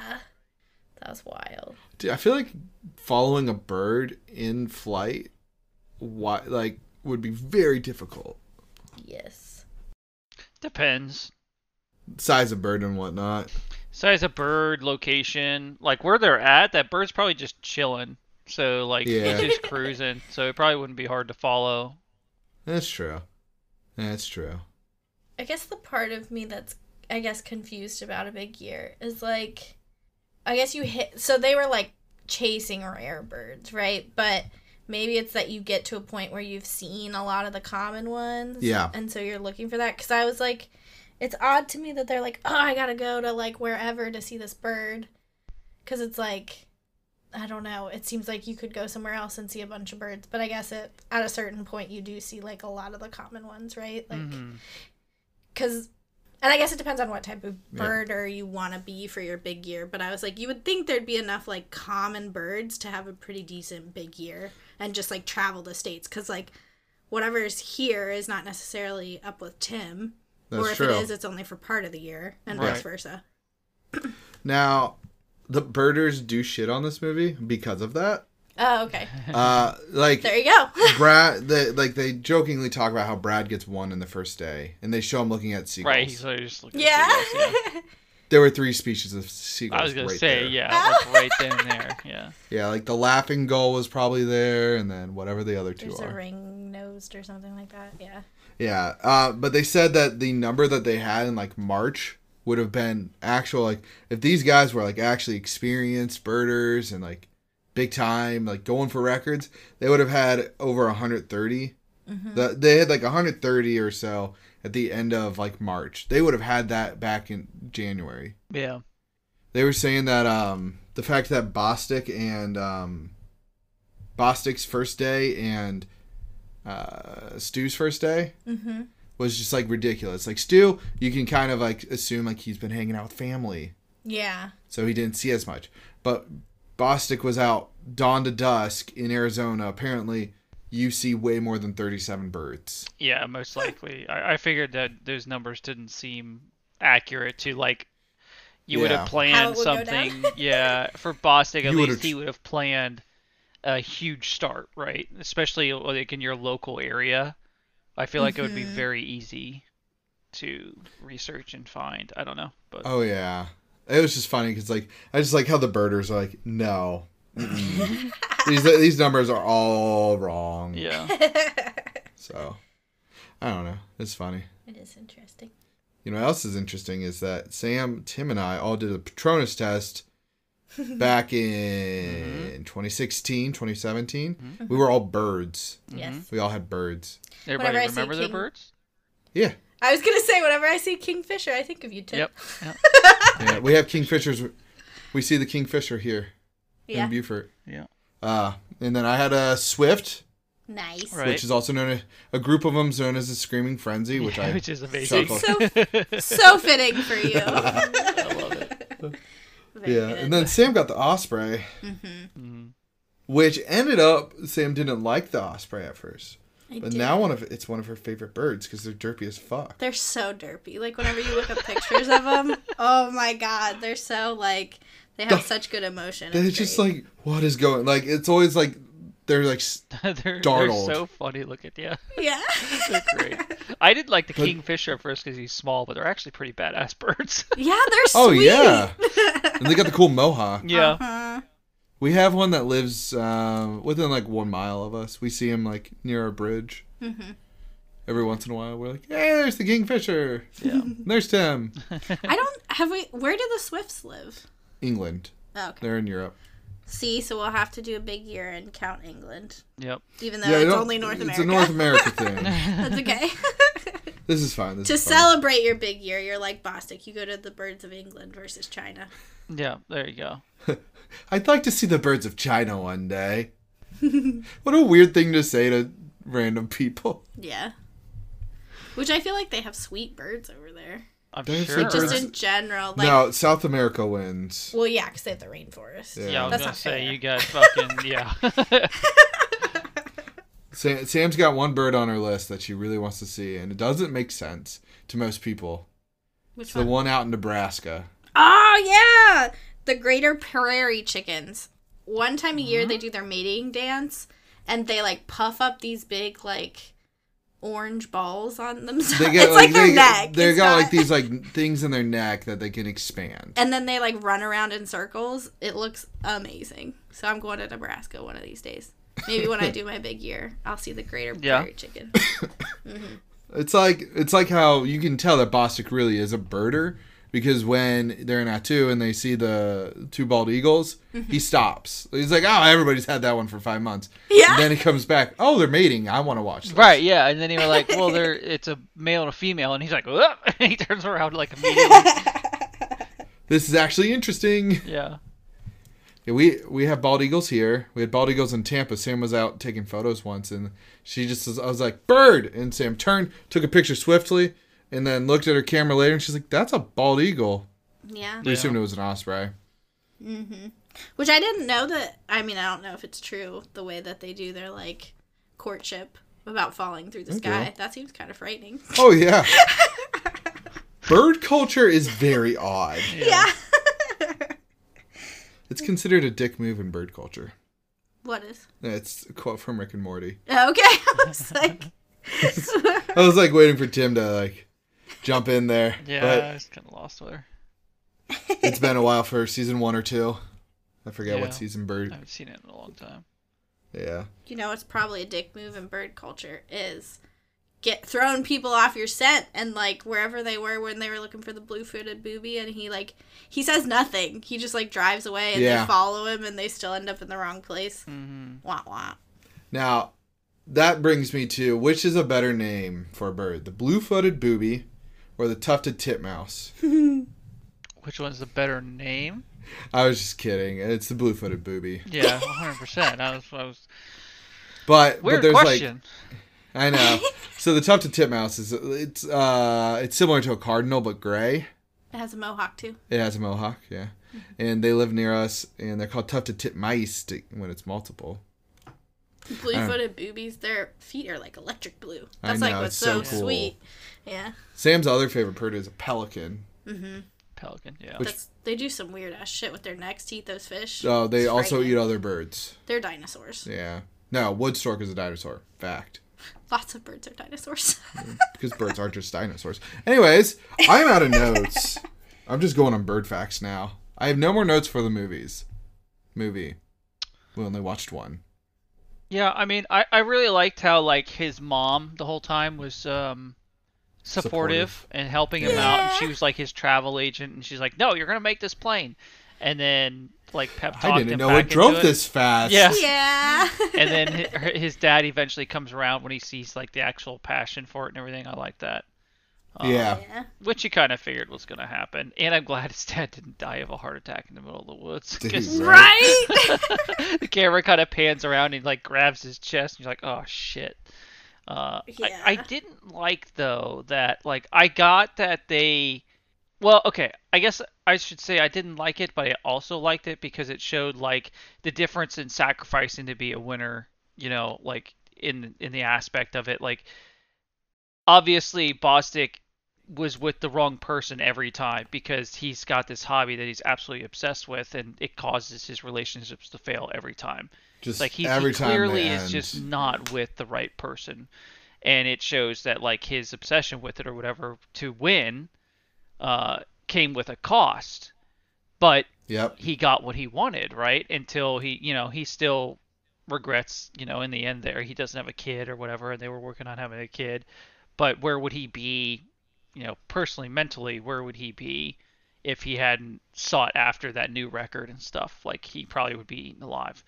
C: That was wild.
B: Dude, I feel like following a bird in flight, why, like, would be very difficult.
C: Yes.
A: depends.
B: Size of bird and whatnot.
A: Size of bird, location, like where they're at, that bird's probably just chilling. So like
B: Yeah.
A: he's just cruising. So it probably wouldn't be hard to follow.
B: That's true. That's true.
C: I guess the part of me that's I guess confused about a big year is like I guess you hit so they were like chasing rare birds, right? But maybe it's that you get to a point where you've seen a lot of the common ones.
B: Yeah.
C: And so you're looking for that cuz I was like it's odd to me that they're like, "Oh, I got to go to like wherever to see this bird." Cuz it's like I don't know. It seems like you could go somewhere else and see a bunch of birds, but I guess it, at a certain point you do see like a lot of the common ones, right? Like
B: Mm-hmm.
A: Mhm.
C: because and i guess it depends on what type of
B: Yeah.
C: birder you want to be for your big year but i was like you would think there'd be enough like common birds to have a pretty decent big year and just like travel the states because like whatever's here is not necessarily up with tim
B: That's
C: or if
B: true.
C: it is it's only for part of the year and vice
A: Right.
C: versa
B: Now, the birders do shit on this movie because of that.
C: oh okay
B: Uh, like
C: there you go
B: Brad, they, like they jokingly talk about how Brad gets one in the first day, and they show him looking at seagulls.
A: Right. He's like, just looking at
C: yeah
A: seagulls,
B: There were three species of
A: yeah.
B: seagulls.
A: I was gonna
B: right
A: say
B: there.
A: yeah, like right then and there. Yeah.
B: Yeah, like the laughing gull was probably there, and then whatever the other two
C: there's
B: are.
C: a ring nosed or something like that yeah
B: Yeah, uh, but they said that the number that they had in like March would have been actual. Like, if these guys were like actually experienced birders and like big time, like going for records, they would have had over 130.
C: Mm-hmm.
B: The, they had like 130 or so at the end of like March. They would have had that back in January.
A: Yeah.
B: They were saying that um, the fact that Bostic and um, Bostic's first day and uh, Stu's first day
C: mm-hmm
B: was just like ridiculous. Like Stu, you can kind of like assume like he's been hanging out with family,
C: yeah
B: so he didn't see as much. But Bostic was out dawn to dusk in Arizona. Apparently, you see way more than thirty-seven birds.
A: Yeah, most likely. I, I figured that those numbers didn't seem accurate to like you would
B: Yeah.
A: have
C: How it
A: planned
C: would go down.
A: something. Yeah, for Bostic at
B: You would've
A: least he
B: tr-
A: would have planned a huge start, right? Especially like in your local area. I feel like it would be
C: Mhm.
A: very easy to research and find. I don't know, but
B: Oh yeah, it was just funny because like I just like how the birders are like no.
A: Mm-hmm.
B: mm-mm. these these numbers are all wrong.
A: yeah.
C: it
B: So I don't know. It's funny.
C: is interesting
B: You know what else is interesting is that Sam, Tim, and I all did a Patronus test back
A: Mm-hmm.
B: in 2016, 2017. We were all birds.
A: Mm-hmm.
C: yes
B: We all had birds.
A: Everybody
C: Whenever I see
A: remember their
C: king-
A: birds?
B: Yeah.
C: I was gonna say, whenever I see Kingfisher, I think of you too.
A: Yep. Yep.
B: yeah. We have kingfishers. We see the kingfisher here
C: Yeah.
B: in Beaufort.
A: Yeah.
B: Uh, and then I had a swift,
C: Nice.
A: Right.
B: which is also known as a group of them is known as the screaming frenzy, which I
A: Which is amazing.
B: chuckled.
C: So so fitting for you.
A: I love it.
C: Very
B: yeah.
C: good. Mm-hmm.
B: And then Sam got the osprey,
A: Mhm.
B: which ended up Sam didn't like the osprey at first,
C: I
B: but
C: do.
B: now one of it's one of her favorite birds because they're derpy as fuck.
C: They're so derpy. Like whenever you look up pictures of them, oh my god, they're so like they have such good emotion.
B: They're
C: It's
B: just
C: great.
B: like what is going like it's always like they're like s-
A: they're, they're
B: Darnold.
A: so funny looking. Yeah,
C: yeah.
A: they're great. I did like the
B: But-
A: kingfisher at first because he's small, but they're actually pretty badass birds.
C: yeah, they're sweet.
B: oh yeah, and they got the cool mohawk.
A: yeah.
C: Uh-huh.
B: We have one that lives um, within like one mile of us. We see him like near our bridge.
C: Mm-hmm.
B: Every once in a while, we're like, "Hey, there's the kingfisher.
A: Yeah.
B: There's Tim.
C: I don't have we. Where do the Swifts live?
B: England.
C: Oh, okay.
B: They're in Europe.
C: See, so we'll have to do a big year and count England,
A: Yep.
C: even though
B: I
C: it's
B: don't-
C: only North America.
B: It's a North America thing.
C: That's okay.
B: This is fine. This
C: to
B: is fine.
C: celebrate your big year, you're like Bostic. You go to the Birds of England versus China.
A: Yeah. There you go.
B: I'd like to see the birds of China one day. what a weird thing to say to random people.
C: Yeah. Which I feel like they have sweet birds over there.
A: I'm
B: There's the
A: sure.
B: birds-
C: Just in general, like
B: no, South America wins.
C: well, yeah, because they have the rainforest.
B: Yeah.
A: yeah, I was
C: That's
A: gonna
C: not
A: say
C: fair.
A: you got fucking yeah.
B: Sam, Sam's got one bird on her list that she really wants to see, and it doesn't make sense to most people.
C: Which
B: It's the one out in Nebraska.
C: Oh yeah, the greater prairie chickens. One time a year
B: Uh-huh.
C: they do their mating dance, and they like puff up these big like orange balls on themselves.
B: They get
C: it's like, their
B: they,
C: neck.
B: They
C: It's
B: got
C: not-
B: like these like things in their neck that they can expand.
C: And then they like run around in circles. It looks amazing. So I'm going to Nebraska one of these days. Maybe when I do my big year, I'll see the greater
A: Yeah.
C: prairie chicken.
B: It's like it's like how you can tell that Bostic really is a birder because when they're in Atu and they see the two bald eagles,
C: Mm-hmm.
B: he stops. He's like, "Oh, everybody's had that one for five months."
C: Yeah.
B: And then he comes back. Oh, they're mating. I want to watch. This.
A: right. Yeah. And then you were like, well, there it's a male and a female, and he's like, Whoop! and he turns around like immediately.
B: This is actually interesting.
A: yeah.
B: Yeah, we we have bald eagles here. We had bald eagles in Tampa. Sam was out taking photos once, and she just was, I was like bird, and Sam turned, took a picture swiftly, and then looked at her camera later, and she's like, "That's a bald eagle."
C: yeah.
B: We assumed it was an osprey.
C: Which I didn't know that. I mean, I don't know if it's true the way that they do their like courtship about falling through the sky.
B: do.
C: That seems kind of frightening.
B: Oh yeah. bird culture is very odd.
C: Yeah.
B: It's considered a dick move in bird culture.
C: what is?
B: That's a quote from Rick and Morty.
C: Oh, Okay. I was like,
B: I was like waiting for Tim to like jump in there.
A: Yeah.
B: but-
A: I was kind of lost there.
B: it's been a while for season one or two. I forget
A: Yeah.
B: what season
A: I
B: bird.
A: haven't seen it in a long time.
B: Yeah.
C: you know, it's probably a dick move in bird culture is get thrown people off your scent and like wherever they were when they were looking for the blue-footed booby and he like he says nothing. He just like drives away and
B: Yeah.
C: they follow him and they still end up in the wrong place.
A: Mm-hmm.
C: Wah wah.
B: Now, that brings me to which is a better name for a bird, the blue-footed booby, or the tufted titmouse?
A: Which one's the better name?
B: I was just kidding. It's the blue-footed booby.
A: Yeah, 100. percent I was, I was
B: But but
A: weird
B: there's like
A: question.
B: I know. so the tufted titmouse is it's uh it's similar to a cardinal but gray.
C: It has a mohawk too.
B: It has a mohawk, yeah. And they live near us, and they're called tufted titmice to- when it's multiple.
C: Blue footed boobies, their feet are like electric blue.
B: I
C: That's
B: know,
C: like what's
B: it's so
C: so,
B: cool.
C: sweet. Yeah. Mm-hmm.
B: Sam's other favorite bird is a pelican.
A: Pelican. Yeah.
B: Which-
C: That's they do some weird ass shit with their necks to eat those fish.
B: Oh, they
C: It's
B: also
C: frightening.
B: eat other birds.
C: They're dinosaurs.
B: Yeah. No, wood stork is a dinosaur. Fact.
C: Lots of birds are dinosaurs.
B: Because birds aren't just dinosaurs. Anyways, I'm out of notes. I'm just going on bird facts now. I have no more notes for the movies. Movie. We only watched one.
A: Yeah, I mean, I, I really liked how like his mom the whole time was um supportive,
B: Supportive.
A: and helping him out, and she was like his travel agent, and she's like, "No, you're gonna make this plane," and then like pep talked
B: I
A: him
B: didn't know
A: back
B: it drove
A: into
B: this fast.
A: Yeah.
C: yeah.
A: and then hi- her- his dad eventually comes around when he sees like the actual passion for it and everything. I like that,
B: Yeah.
C: yeah.
A: which you kind of figured was gonna happen, and I'm glad his dad didn't die of a heart attack in the middle of the woods.
B: Dude,
A: 'cause
B: right?
C: Right?
A: the camera kind of pans around and like grabs his chest and you're like oh shit uh, I, I
C: Yeah.
A: didn't like though that like i got that they Well, okay. I guess I should say I didn't like it, but I also liked it because it showed like the difference in sacrificing to be a winner. You know, like in in the aspect of it, like obviously Bostic was with the wrong person every time because he's got this hobby that he's absolutely obsessed with, and it causes his relationships to fail every time.
B: Just
A: Like he, he
B: every time
A: clearly
B: they
A: is
B: end.
A: just not with the right person, and it shows that like his obsession with it or whatever to win, uh, came with a cost, but
B: Yep.
A: he got what he wanted right until he you know he still regrets you know in the end there he doesn't have a kid or whatever and they were working on having a kid, but where would he be, you know personally mentally where would he be if he hadn't sought after that new record and stuff like he probably would be eaten alive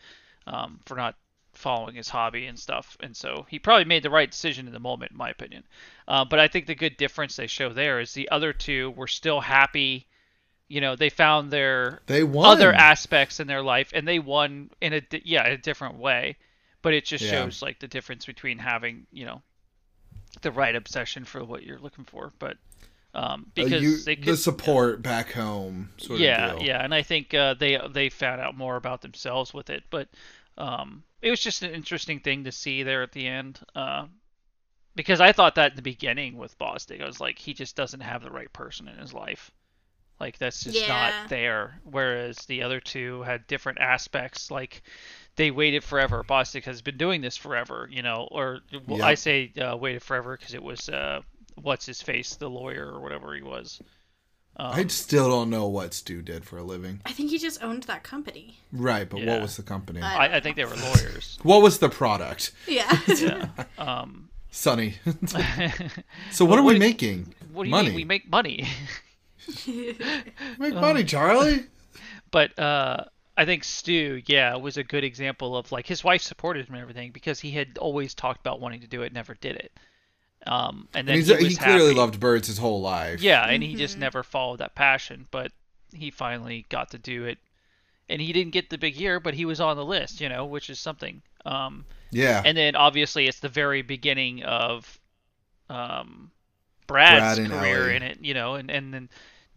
A: um, for not following his hobby and stuff. And so he probably made the right decision in the moment, in my opinion. Uh, but I think the good difference they show there is the other two were still happy. You know, they found their
B: They won.
A: other aspects in their life, and they won in a di- yeah a different way. But it just
B: Yeah.
A: shows like the difference between having you know the right obsession for what you're looking for, but um,
B: Uh,
A: because
B: you-
A: they could,
B: the support back home. Sort
A: yeah,
B: of deal.
A: yeah, and I think uh, they they found out more about themselves with it, but um, it was just an interesting thing to see there at the end, uh, because I thought that in the beginning with Bostic, I was like, he just doesn't have the right person in his life, like that's just
C: Yeah.
A: not there. Whereas the other two had different aspects, like they waited forever. Bostic has been doing this forever, you know, or well, I
B: Yep.
A: say uh, waited forever because it was uh, what's his face, the lawyer or whatever he was. Um,
B: I still don't know what Stu did for a living.
C: I think he just owned that company.
B: Right, but
A: Yeah.
B: what was the company?
C: I-
A: I, I think they were lawyers.
B: what was the product?
C: Yeah.
A: yeah. Um,
B: Sunny. so what
A: Well,
B: are
A: what
B: we
A: do-
B: making?
A: what do you
B: money.
A: mean? We make money,
B: Make money,
A: Uh,
B: Charlie.
A: but uh, I think Stu, yeah, was a good example of like his wife supported him and everything because he had always talked about wanting to do it, never did it. Um, and then
B: And he's,
A: he,
B: he,
A: was
B: clearly
A: happy.
B: loved birds his whole life.
A: Yeah, and he just never followed that passion, but he finally got to do it, and he didn't get the big year, but he was on the list, you know, which is something. Um,
B: Yeah.
A: and then obviously it's the very beginning of um, Brad's
B: Brad and
A: career
B: Ellie.
A: in it, you know, and and then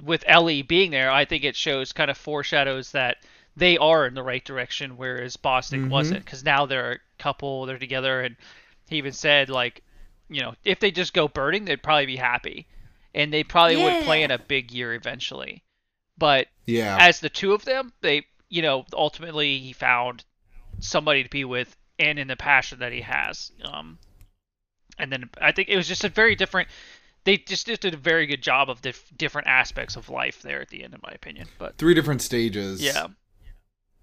A: with Ellie being there, I think it shows kind of foreshadows that they are in the right direction, whereas Bostic
B: Mm-hmm.
A: wasn't, because now they're a couple, they're together, and he even said like, you know, if they just go birding, they'd probably be happy, and they probably would play
C: Yeah.
A: in a big year eventually, but
B: yeah.
A: as the two of them, they, you know, ultimately he found somebody to be with and in the passion that he has. Um, and then I think it was just a very different. They just, just did a very good job of the different aspects of life there at the end, in my opinion. But
B: Three different stages.
A: yeah,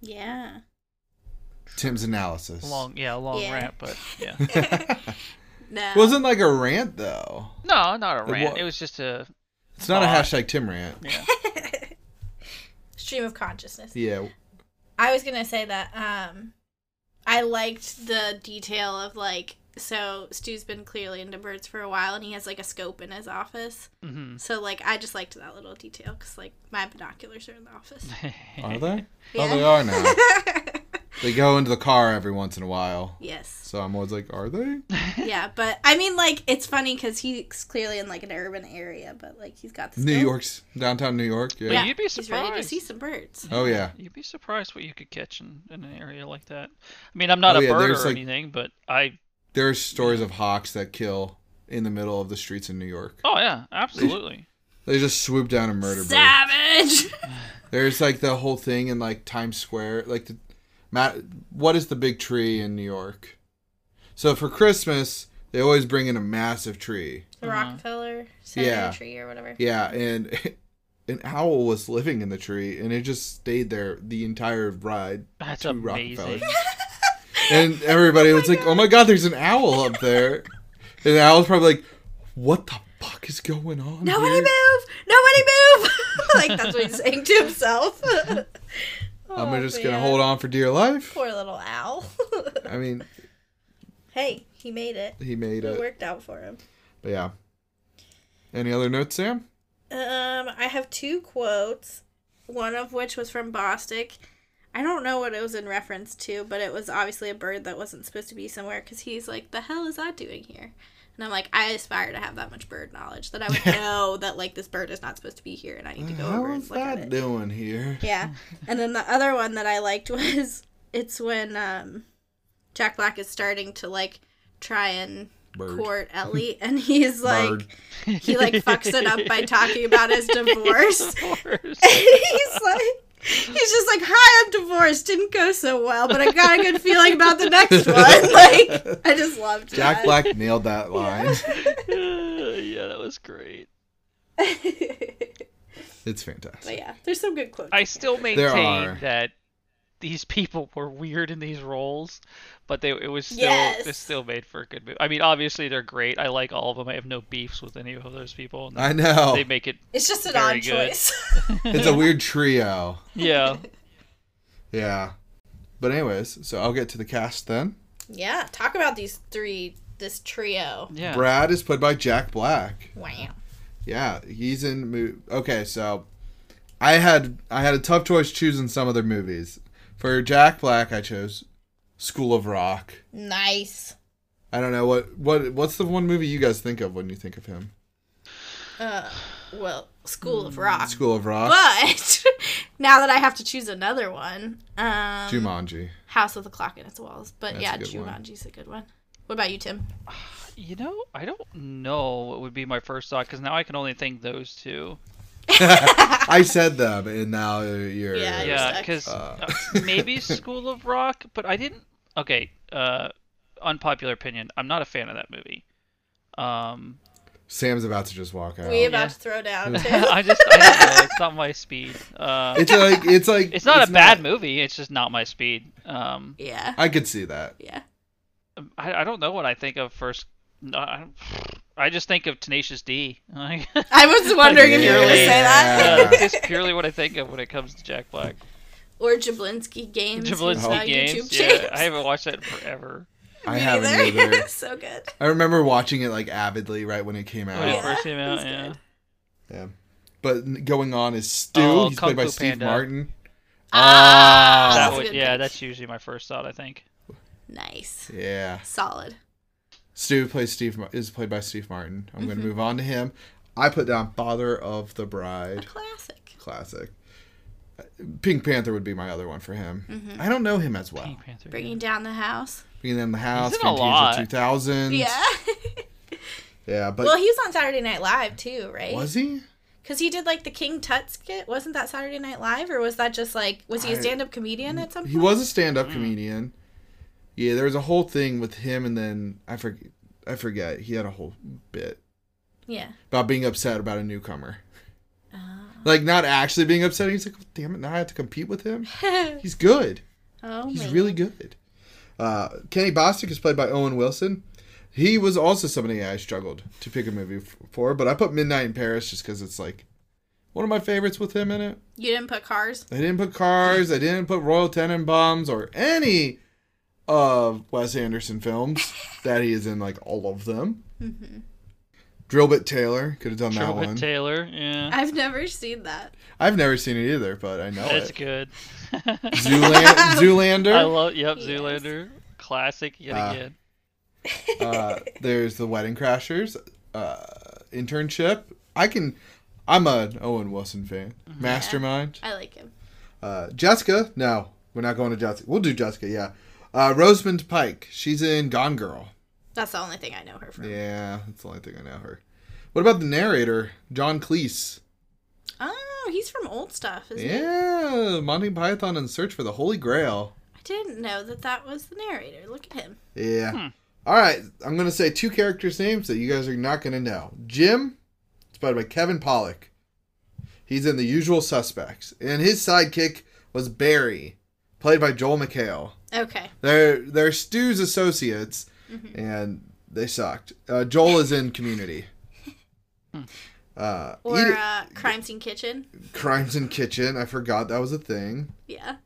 C: yeah.
B: Tim's analysis.
A: long, yeah, long
C: Yeah.
A: rant, but yeah,
C: No.
B: Wasn't like a rant though.
A: no, not a
B: It
A: rant.
B: wa-
A: It was just a
B: It's not a
A: Thought.
B: hashtag Tim rant.
A: yeah.
C: stream of consciousness.
B: Yeah.
C: I was gonna say that um I liked the detail of like so Stu's been clearly into birds for a while and he has like a scope in his office.
B: Mm.
A: hmm
C: So like I just liked that little detail because like my binoculars are in the office.
B: Are they? Oh,
C: Yeah.
B: they are now. they go into the car every once in a while.
C: yes.
B: So I'm always like, are they?
C: Yeah, but I mean like it's funny because he's clearly in like an urban area, but like he's got this
B: New York's downtown New York. Yeah.
A: But
C: Yeah.
A: you'd be
C: He's ready to
A: surprised.
C: see some birds.
B: Oh yeah.
A: You'd be surprised what you could catch in, in an area like that. I mean, I'm not
B: Oh,
A: a
B: yeah,
A: bird or
B: there's, like-
A: anything, but I.
B: There's stories of hawks that kill in the middle of the streets in New York.
A: Oh yeah, absolutely.
B: They just swoop down and murder Uh-huh. birds.
C: Savage.
B: There's like the whole thing in like Times Square, like the Matt. What is the big tree in New York? So for Christmas, they always bring in a massive tree.
C: the Rockefeller Center
B: Yeah.
C: tree or whatever.
B: Yeah, and an owl was living in the tree, and it just stayed there the entire ride.
A: That's
B: to
A: amazing.
B: Rockefeller. And everybody was like, "Oh my god, there's an owl up there!" And the owl's probably like, "What the fuck is going on?"
C: Nobody
B: here?"
C: move! Nobody move! like that's what he's saying to himself. Oh,
B: I'm just gonna hold on for dear life.
C: Poor little owl.
B: I mean,
C: hey, he made it.
B: he made
C: It
B: it,
C: worked out for him.
B: but yeah. Any other notes, Sam?
C: Um, I have two quotes. One of which was from Bostic. I don't know what it was in reference to, but it was obviously a bird that wasn't supposed to be somewhere because he's like, "The hell is that doing here?" And I'm like, I aspire to have that much bird knowledge that I would know that like this bird is not supposed to be here, and I need to go over
B: How
C: and
B: is
C: look at
B: that
C: it.
B: doing here?
C: Yeah. And then the other one that I liked was it's when um, Jack Black is starting to like try and
B: Bird.
C: court Ellie, and he's like
B: Bird.
C: he like fucks it up by talking about his divorce.
A: Divorce.
C: he's like. He's just like, hi, I'm divorced. Didn't go so well, but I got a good feeling about the next one. Like, I just loved
B: Jack
C: that.
B: Black nailed that line.
A: Uh, yeah, that was great.
B: It's fantastic.
C: but yeah, there's some good quotes.
A: I still
B: There
A: maintain
B: are.
A: that these people were weird in these roles, but they it was still
C: Yes.
A: it still made for a good movie. I mean, obviously they're great. I like all of them. I have no beefs with any of those people. and
B: I know.
A: They make it.
C: it's just an
A: Very good.
C: odd choice.
B: It's a weird trio.
A: Yeah.
B: Yeah. But anyways, so I'll get to the cast then.
C: yeah, talk about these three, this trio.
A: Yeah.
B: Brad is played by Jack Black.
C: Wow.
B: Yeah, he's in. Mo- okay, so I had I had a tough choice choosing some other movies. For Jack Black, I chose School of Rock.
C: Nice.
B: I don't know what what what's the one movie you guys think of when you think of him.
C: Uh, well, School of Rock.
B: Hmm, School of Rock,
C: But now that I have to choose another one, um,
B: Jumanji.
C: House of the Clock in Its Walls. But
B: That's
C: yeah,
B: a good one.
C: Jumanji's a good one. What about you, Tim?
A: You know, I don't know what would be my first thought because now I can only think those two.
B: I said them, and now you're.
C: Yeah, I
A: Yeah,
C: respect.
A: because
B: Uh.
A: maybe School of Rock, but I didn't. Okay, uh, unpopular opinion. I'm not a fan of that movie. Um,
B: Sam's about to just walk out.
C: we about
A: Oh, yeah.
C: to throw down. Tim.
A: I just I don't know. It's not my speed. Uh,
B: It's like it's like
A: it's not a bad movie. It's just not my speed. Um,
C: yeah,
B: I could see that.
C: yeah.
A: I, I don't know what I think of first. no, I, don't- I just think of Tenacious D. Like,
C: I was wondering if you were going to
A: Yeah.
C: say that.
A: that's just purely what I think of when it comes to Jack Black.
C: Or Jablinski Games. who's
A: Jablonski
C: now
A: games.
C: YouTube
A: Yeah,
C: channels.
A: I haven't watched that in forever.
B: I
C: Me
B: haven't
C: either.
B: either.
C: so good.
B: I remember watching it like avidly right when it came out.
A: When it
C: Yeah,
A: first came out,
C: that's
A: yeah.
C: good.
B: Yeah. But n- going on is Stu.
A: Oh,
B: He's
A: Kung
B: played by
A: Fu
B: Steve
A: Panda.
B: Martin.
C: Ah,
A: That
C: a
A: would,
C: good
A: yeah,
C: pick.
A: that's usually my first thought. I think.
C: nice,
B: Yeah.
C: solid.
B: Stu plays Steve Mar- is played by Steve Martin. I'm
A: Mm-hmm.
B: going to move on to him. I put down Father of the Bride.
C: Classic.
B: Classic. Pink Panther would be my other one for him. I don't know him as well.
A: Mm-hmm. Pink Panther.
C: Bringing down the house.
B: Being in the house,
A: He's in a lot.
B: Fantasia 2000.
C: Yeah.
B: Yeah, but
C: well, he was on Saturday Night Live too, right?
B: was he?
C: Because he did like the King Tut skit. Wasn't that Saturday Night Live, or was that just like was he a
B: I-
C: stand-up comedian at some point?
B: He was a
A: Mm.
B: stand-up comedian. Yeah, there was a whole thing with him, and then I forget. I forget. He had a whole bit
C: Yeah.
B: about being upset about a newcomer.
A: Ah.
B: Like not actually being upset. He's like, damn it! Now I have to compete with him. He's good.
C: oh.
B: He's
C: man.
B: really good. Uh, Kenny Bostic is played by Owen Wilson. He was also somebody I struggled to pick a movie f- for, but I put Midnight in Paris just because it's like one of my favorites with him in it.
C: You didn't put cars.
B: I didn't put Cars. I didn't put Royal Tenenbaums or any of Wes Anderson films that he is in, like all of them. Drillbit Taylor could have done that
A: Trevor
B: one.
A: Taylor. Yeah,
C: I've never seen that.
B: I've never seen it either, but I know
A: that's
B: it.
A: good.
B: Zoolan-
A: I
B: Zoolander.
A: love. Yep,
C: Yes.
A: Zoolander. Classic yet
B: Uh,
A: again.
B: uh, there's the Wedding Crashers uh, internship. I can. I'm an Owen Wilson fan. Mastermind.
C: I like him.
B: Uh, Jessica. No, we're not going to Jessica. We'll do Jessica. Yeah. Uh, Rosamund Pike. She's in Gone Girl.
C: That's the only thing I know her from.
B: Yeah, that's the only thing I know her. What about the narrator, John Cleese?
C: Oh, he's from old stuff, isn't he?
B: Yeah, Monty Python and Search for the Holy Grail.
C: I didn't know that that was the narrator. Look at him.
B: Yeah.
C: Hmm.
B: All right, I'm gonna say two characters' names that you guys are not gonna know. Jim, it's played by Kevin Pollock. He's in The Usual Suspects, and his sidekick was Barry, played by Joel McHale.
C: Okay.
B: They're they're Stu's associates,
C: Mm-hmm.
B: and they sucked. Uh, Joel is in Community. Uh,
C: Hmm. Or
B: Edith-
C: uh, Crime Scene Kitchen.
B: Crimes in Kitchen. I forgot that was a thing.
C: Yeah.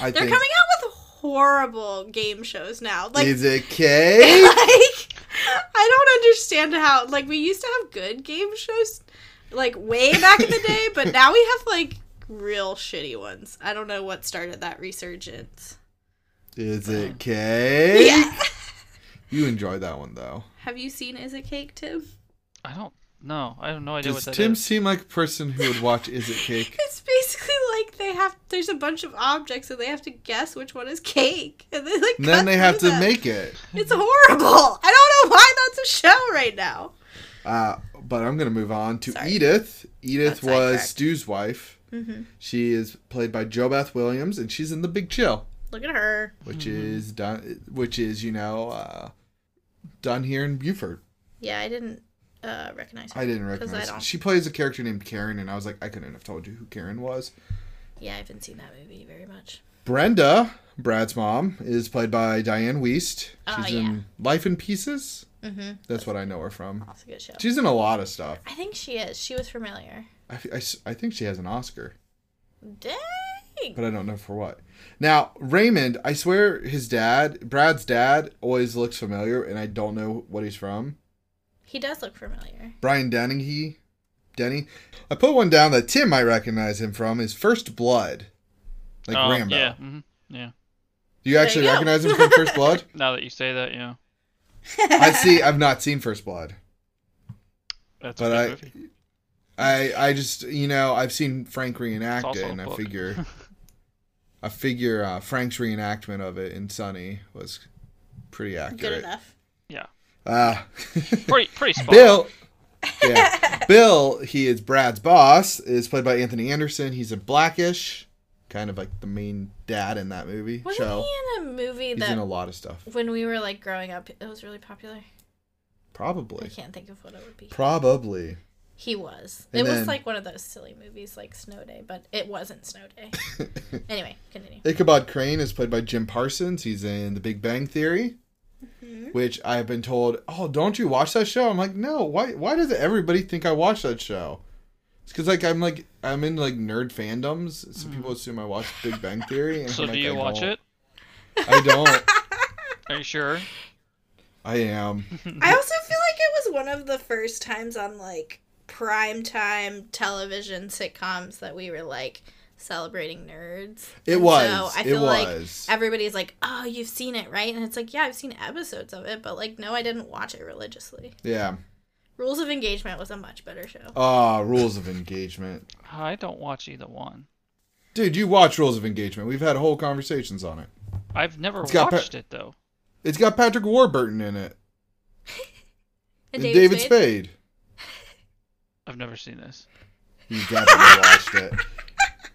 B: I
C: They're
B: think
C: coming out with horrible game shows now. Like,
B: is it K?
C: like I don't understand how like we used to have good game shows like way back in the day, but now we have like real shitty ones. I don't know Hmm. what started that resurgence.
B: Is it K?
C: Yeah.
B: You enjoyed that one though.
C: Have you seen Is It Cake, Tim?
A: I don't know. I have no idea
B: Does
A: what that
B: Tim
A: is.
B: seem like a person who would watch Is It Cake?
C: It's basically like they have there's a bunch of objects and they have to guess which one is cake. And they like
B: And then
C: cut
B: they have
C: through
B: to
C: them.
B: make it.
C: It's horrible. I don't know why that's a show right now.
B: Uh, but I'm gonna move on to
C: Sorry.
B: Edith. Edith
C: Got
B: was
C: sidetracked.
B: Stu's wife.
C: Mhm.
B: She is played by Jo Beth Williams, and she's in The Big Chill,
C: Look at her.
B: which
C: Mm-hmm.
B: is done, which is you know, uh, done here in Buford.
C: Yeah, I didn't uh, recognize her.
B: I didn't
C: 'Cause I
B: recognize. her.
C: don't.
B: She plays a character named Karen, and I was like, I couldn't have told you who Karen was.
C: Yeah, I haven't seen that movie very much.
B: Brenda, Brad's mom, is played by Diane Wiest.
C: Oh,
B: She's
C: yeah.
B: in Life in Pieces.
C: Mm-hmm.
B: That's what I know her from.
C: That's a good show.
B: She's in a lot of stuff.
C: I think she is. She was familiar.
B: I, I s- I think she has an Oscar,
C: Dang.
B: but I don't know for what. Now, Raymond, I swear his dad, Brad's dad, always looks familiar, and I don't know what he's from.
C: He does look familiar.
B: Brian Dennehy. Denny. I put one down that Tim might recognize him from is First Blood. Like
A: oh,
B: Rambo.
A: Yeah. hmm yeah.
B: Do you
C: There you
B: actually
C: go.
B: recognize him from First Blood?
A: Now that you say that, yeah.
B: I see. I've not seen First Blood.
A: That's
B: But
A: a good
B: I-
A: movie.
B: I I just you know I've seen Frank
A: It's
B: reenact it,
A: also
B: and
A: a
B: I
A: book.
B: figure I figure uh, Frank's reenactment of it in Sunny was pretty
C: Good
B: accurate.
C: enough.
A: yeah.
B: Uh,
A: Pretty pretty spot.
B: Bill, yeah, Bill. He is Brad's boss. Is played by Anthony Anderson. He's a Blackish, kind of like the main dad in that movie
C: Wasn't
B: show.
C: he in a movie
B: He's
C: that
B: in a lot of stuff.
C: when we were like growing up, it was really popular? I
B: Probably,
C: can't think of what it would be.
B: probably.
C: He was.
B: And
C: it
B: then-
C: was like one of those silly movies like Snow Day, but it wasn't Snow Day. anyway, continue.
B: Ichabod Crane is played by Jim Parsons. He's in The Big Bang Theory, which I have been told, "Oh, don't you watch that show?" I'm like, "No. Why? Why does everybody think I watch that show?" It's because like I'm like I'm in like nerd fandoms, so people assume I watch Big Bang Theory. And
A: So
B: I'm
A: do
B: like,
A: you
B: I
A: watch
B: don't.
A: it?
B: I don't.
A: Are you sure?
B: I am.
C: I also feel like it was one of the first times on like prime time television sitcoms that we were like celebrating nerds.
B: It
C: And
B: was.
C: So I
B: It
C: feel like
B: was.
C: everybody's like, "Oh, you've seen it, right?" And it's like, "Yeah, I've seen episodes of it, but like, no, I didn't watch it religiously."
B: Yeah.
C: Rules of Engagement was a much better show.
B: Ah, Rules of Engagement.
A: I don't watch either one.
B: Dude, you watch Rules of Engagement. We've had whole conversations on it.
A: I've never
B: It's got pa-
A: watched it though.
B: It's got Patrick Warburton in it.
C: And
B: and David Spade.
A: I've never seen this.
B: You definitely watched it.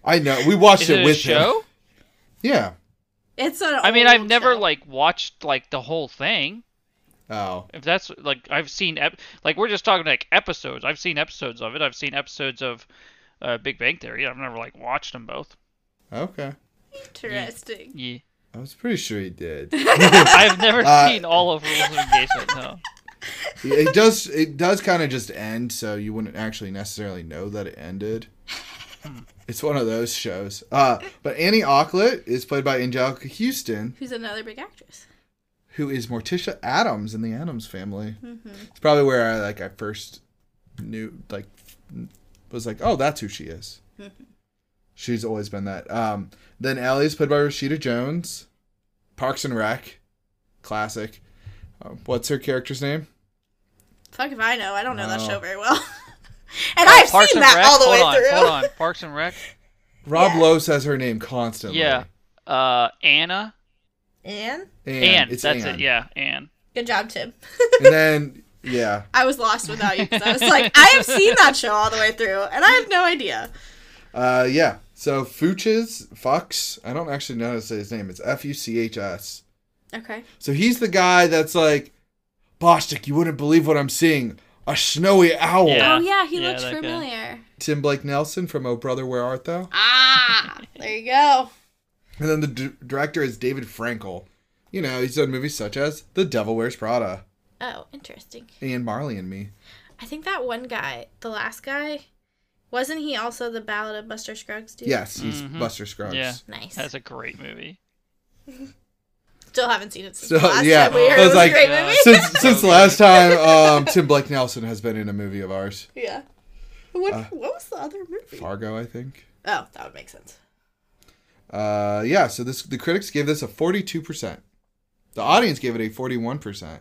B: I know. We watched
A: Is
B: it,
A: it a
B: with him.
A: show?
B: Yeah.
C: It's an.
A: I mean, I've
C: old
A: never
C: show.
A: like watched like the whole thing.
B: Oh.
A: If that's like I've seen ep- like we're just talking like episodes. I've seen episodes of it. I've seen episodes of uh, Big Bang Theory. I've never like watched them both.
B: Okay.
C: interesting.
A: Yeah.
B: I was pretty sure he did.
A: I've never
B: Uh,
A: seen all of Rules of Engagement. No.
B: it does. It does kind of just end, so you wouldn't actually necessarily know that it ended. It's one of those shows. Uh, but Annie Aucklet is played by Angelica Houston,
C: Who's another big actress?
B: who is Morticia Adams in the Adams Family. It's probably where I like I first knew like was like, oh, that's who she is. She's always been that. Um, then Ellie is played by Rashida Jones, Parks and Rec, classic. Um, what's her character's name?
C: Fuck if I know. I don't know that
B: Wow.
C: show very well. and I've
A: Oh, Parks
C: seen
A: and
C: that
A: Rec.
C: all the
A: hold
C: way
A: on,
C: through.
A: Hold on, Parks and Rec.
B: Rob
C: Yeah.
B: Lowe says her name constantly.
A: Yeah, uh, Anna.
C: And
B: Anne.
A: Anne.
B: It's
A: That's
B: Anne.
A: it. Yeah, Anne.
C: good job, Tim.
B: And then yeah,
C: I was lost without you because I was like, I have seen that show all the way through, and I have no idea.
B: uh, yeah. So Fuchs, Fox. I don't actually know how to say his name. It's F U C H S.
C: Okay.
B: So he's the guy that's like, Bostic, you wouldn't believe what I'm seeing. A snowy owl.
A: Yeah.
C: oh yeah, he
A: Yeah,
C: looks
A: that guy.
C: familiar.
B: Tim Blake Nelson from Oh Brother, Where Art Thou?
C: Ah, there you go.
B: And then the d- director is David Frankel. You know, he's done movies such as The Devil Wears Prada
C: Oh, interesting.
B: and Marley and Me.
C: I think that one guy, the last guy, wasn't he also the Ballad of Buster Scruggs dude?
B: Yes, he's Buster Scruggs.
A: Mm-hmm. Yeah.
C: Nice.
A: That's a great movie.
C: Still haven't seen it since
B: Still-
C: the last
B: yeah,
C: time we
B: I
C: heard it
B: was
C: was
B: like-
C: a great
A: Yeah.
C: movie.
B: Since, since the last time um, Tim Blake Nelson has been in a movie of ours,
C: Yeah. What,
B: Uh,
C: what was the other movie?
B: Fargo, I think.
C: Oh, that would make sense.
B: Uh, yeah, so this the critics gave this a 42%. The audience gave it a 41%.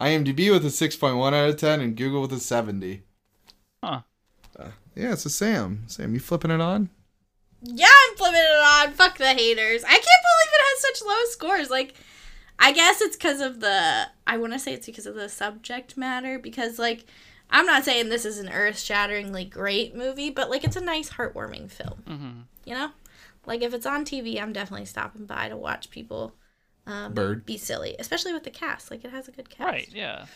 B: IMDb with a 6.1 out of 10 and Google with a 70.
A: Huh.
B: Yeah, so Sam, Sam, you flipping it on?
C: Yeah, I'm flipping it on. Fuck the haters. I can't believe it has such low scores. Like, I guess it's because of the. I want to say it's because of the subject matter. Because, like, I'm not saying this is an earth shatteringly great movie, but, like, it's a nice, heartwarming film.
A: Mm-hmm.
C: You know? Like, if it's on TV, I'm definitely stopping by to watch people um,
B: Bird.
C: be silly, especially with the cast. Like, it has a good cast.
A: Right. Yeah.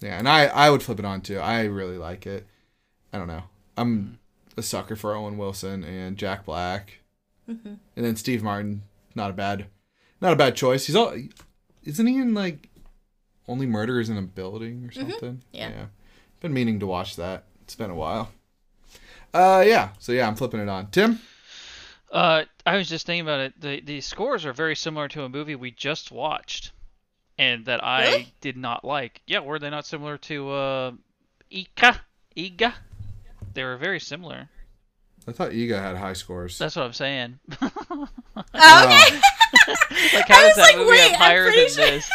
B: Yeah, and I I would flip it on too. I really like it. I don't know. I'm a sucker for Owen Wilson and Jack Black,
C: Mm-hmm.
B: and then Steve Martin. Not a bad, not a bad choice. He's all, isn't he in like, only murderers in a building or something?
C: Mm-hmm. Yeah.
B: been meaning to watch that. It's been a while. Uh, yeah. So yeah, I'm flipping it on. Tim.
A: Uh, I was just thinking about it. The the scores are very similar to a movie we just watched, and that I
C: Really?
A: did not like. Yeah, were they not similar to uh, Ika? Iga? They were very similar.
B: I thought Iga had high scores.
A: That's what I'm saying.
C: Oh, okay.
A: like, how
C: I
A: does
C: was
A: that
C: like,
A: movie
C: wait,
A: have
C: I'm
A: higher than
C: pretty sure-
A: this?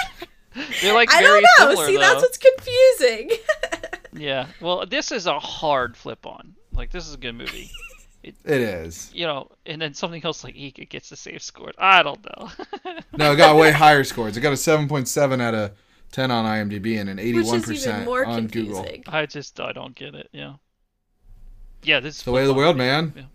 A: They're like
C: I
A: very
C: don't know.
A: similar
C: See,
A: though.
C: that's what's confusing.
A: Yeah. Well, this is a hard flip on. Like this is a good movie.
B: It is.
A: You know, and then something else like Ika gets the same score. I don't know.
B: No, it got way higher scores. It got a 7.7 out of 10 on IMDb and an
C: Which
B: 81%
C: is even more
B: on Google.
C: confusing.
A: I just I don't get it. Yeah. Yeah, this is
B: It's the way of the
A: flip-flop.
B: world, man.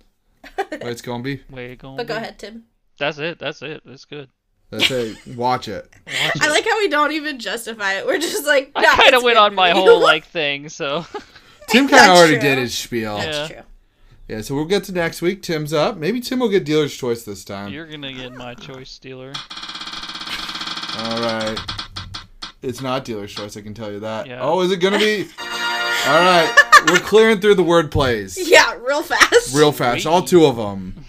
B: Way it's gonna be.
A: Way it going.
C: But go ahead, Tim.
A: That's it. That's it. That's good.
B: That's it. Watch it.
A: Watch
C: I
A: it.
C: like how we don't even justify it. We're just like,
A: I
C: nah,
A: kind
C: it's
A: of
C: a
A: went
C: good
A: on my
C: movie.
A: whole like thing, so
B: Tim kind of
C: That's
B: already
C: true.
B: did his spiel.
A: Yeah.
B: Yeah.
C: That's true.
B: So we'll get to next week. Tim's up. Maybe Tim will get dealer's choice this time.
A: you're gonna get my choice, Stealer.
B: All right. It's not dealer's choice. I can tell you that.
A: Yeah.
B: Oh, is it gonna be? All right. We're clearing through the word plays
C: Yeah, real fast.
B: real fast. All two of them.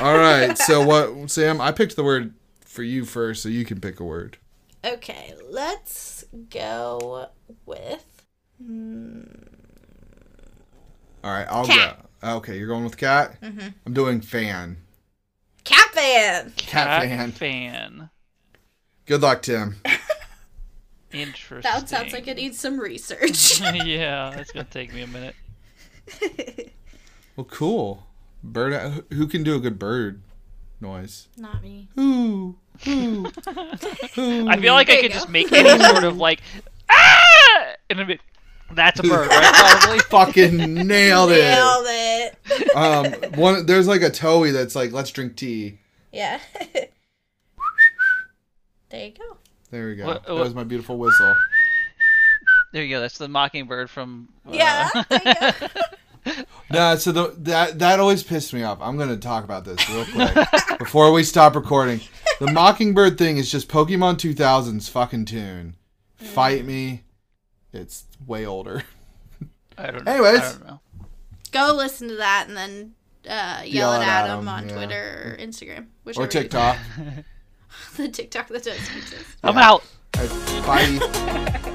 B: All right. So what, Sam? I picked the word for you first, so you can pick a word.
C: Okay, let's go with.
B: All right. I'll
C: Cat.
B: go. Okay. You're going with cat. Mm-hmm. I'm doing fan.
C: Cat fan.
B: Cat fan.
A: fan.
B: Good luck, Tim.
A: Interesting.
C: That sounds like it needs some research.
A: yeah, that's gonna take me a minute.
B: Well, cool. Bird. uh, Who can do a good bird noise?
C: Not me.
B: Ooh, ooh, ooh.
A: I feel like I
C: There you
A: could
C: go.
A: just make any sort of like ah, and I'd be, that's a bird, right? Probably.
B: fucking nailed it.
C: Nailed it.
B: Um, one there's like a toey that's like, let's drink tea.
C: Yeah. there you
B: Uh.
C: go.
B: There we go.
A: What-
B: That
A: what-
B: was my beautiful whistle.
A: There you go. That's the mockingbird from. uh,
C: Yeah, there you go.
B: Nah, so the, that that always pissed me off. I'm gonna talk about this real quick before we stop recording. The Mockingbird thing is just Pokemon 2000's fucking tune. Fight me. It's way older.
A: I don't know.
B: Anyways.
A: I don't know.
C: Go listen to that and then uh, yell at Adam, on
B: yeah.
C: Twitter or Instagram, whichever
B: Or
C: you-
B: TikTok.
C: the TikTok that doesn't exist.
A: I'm
B: Yeah.
A: out.
B: Bye.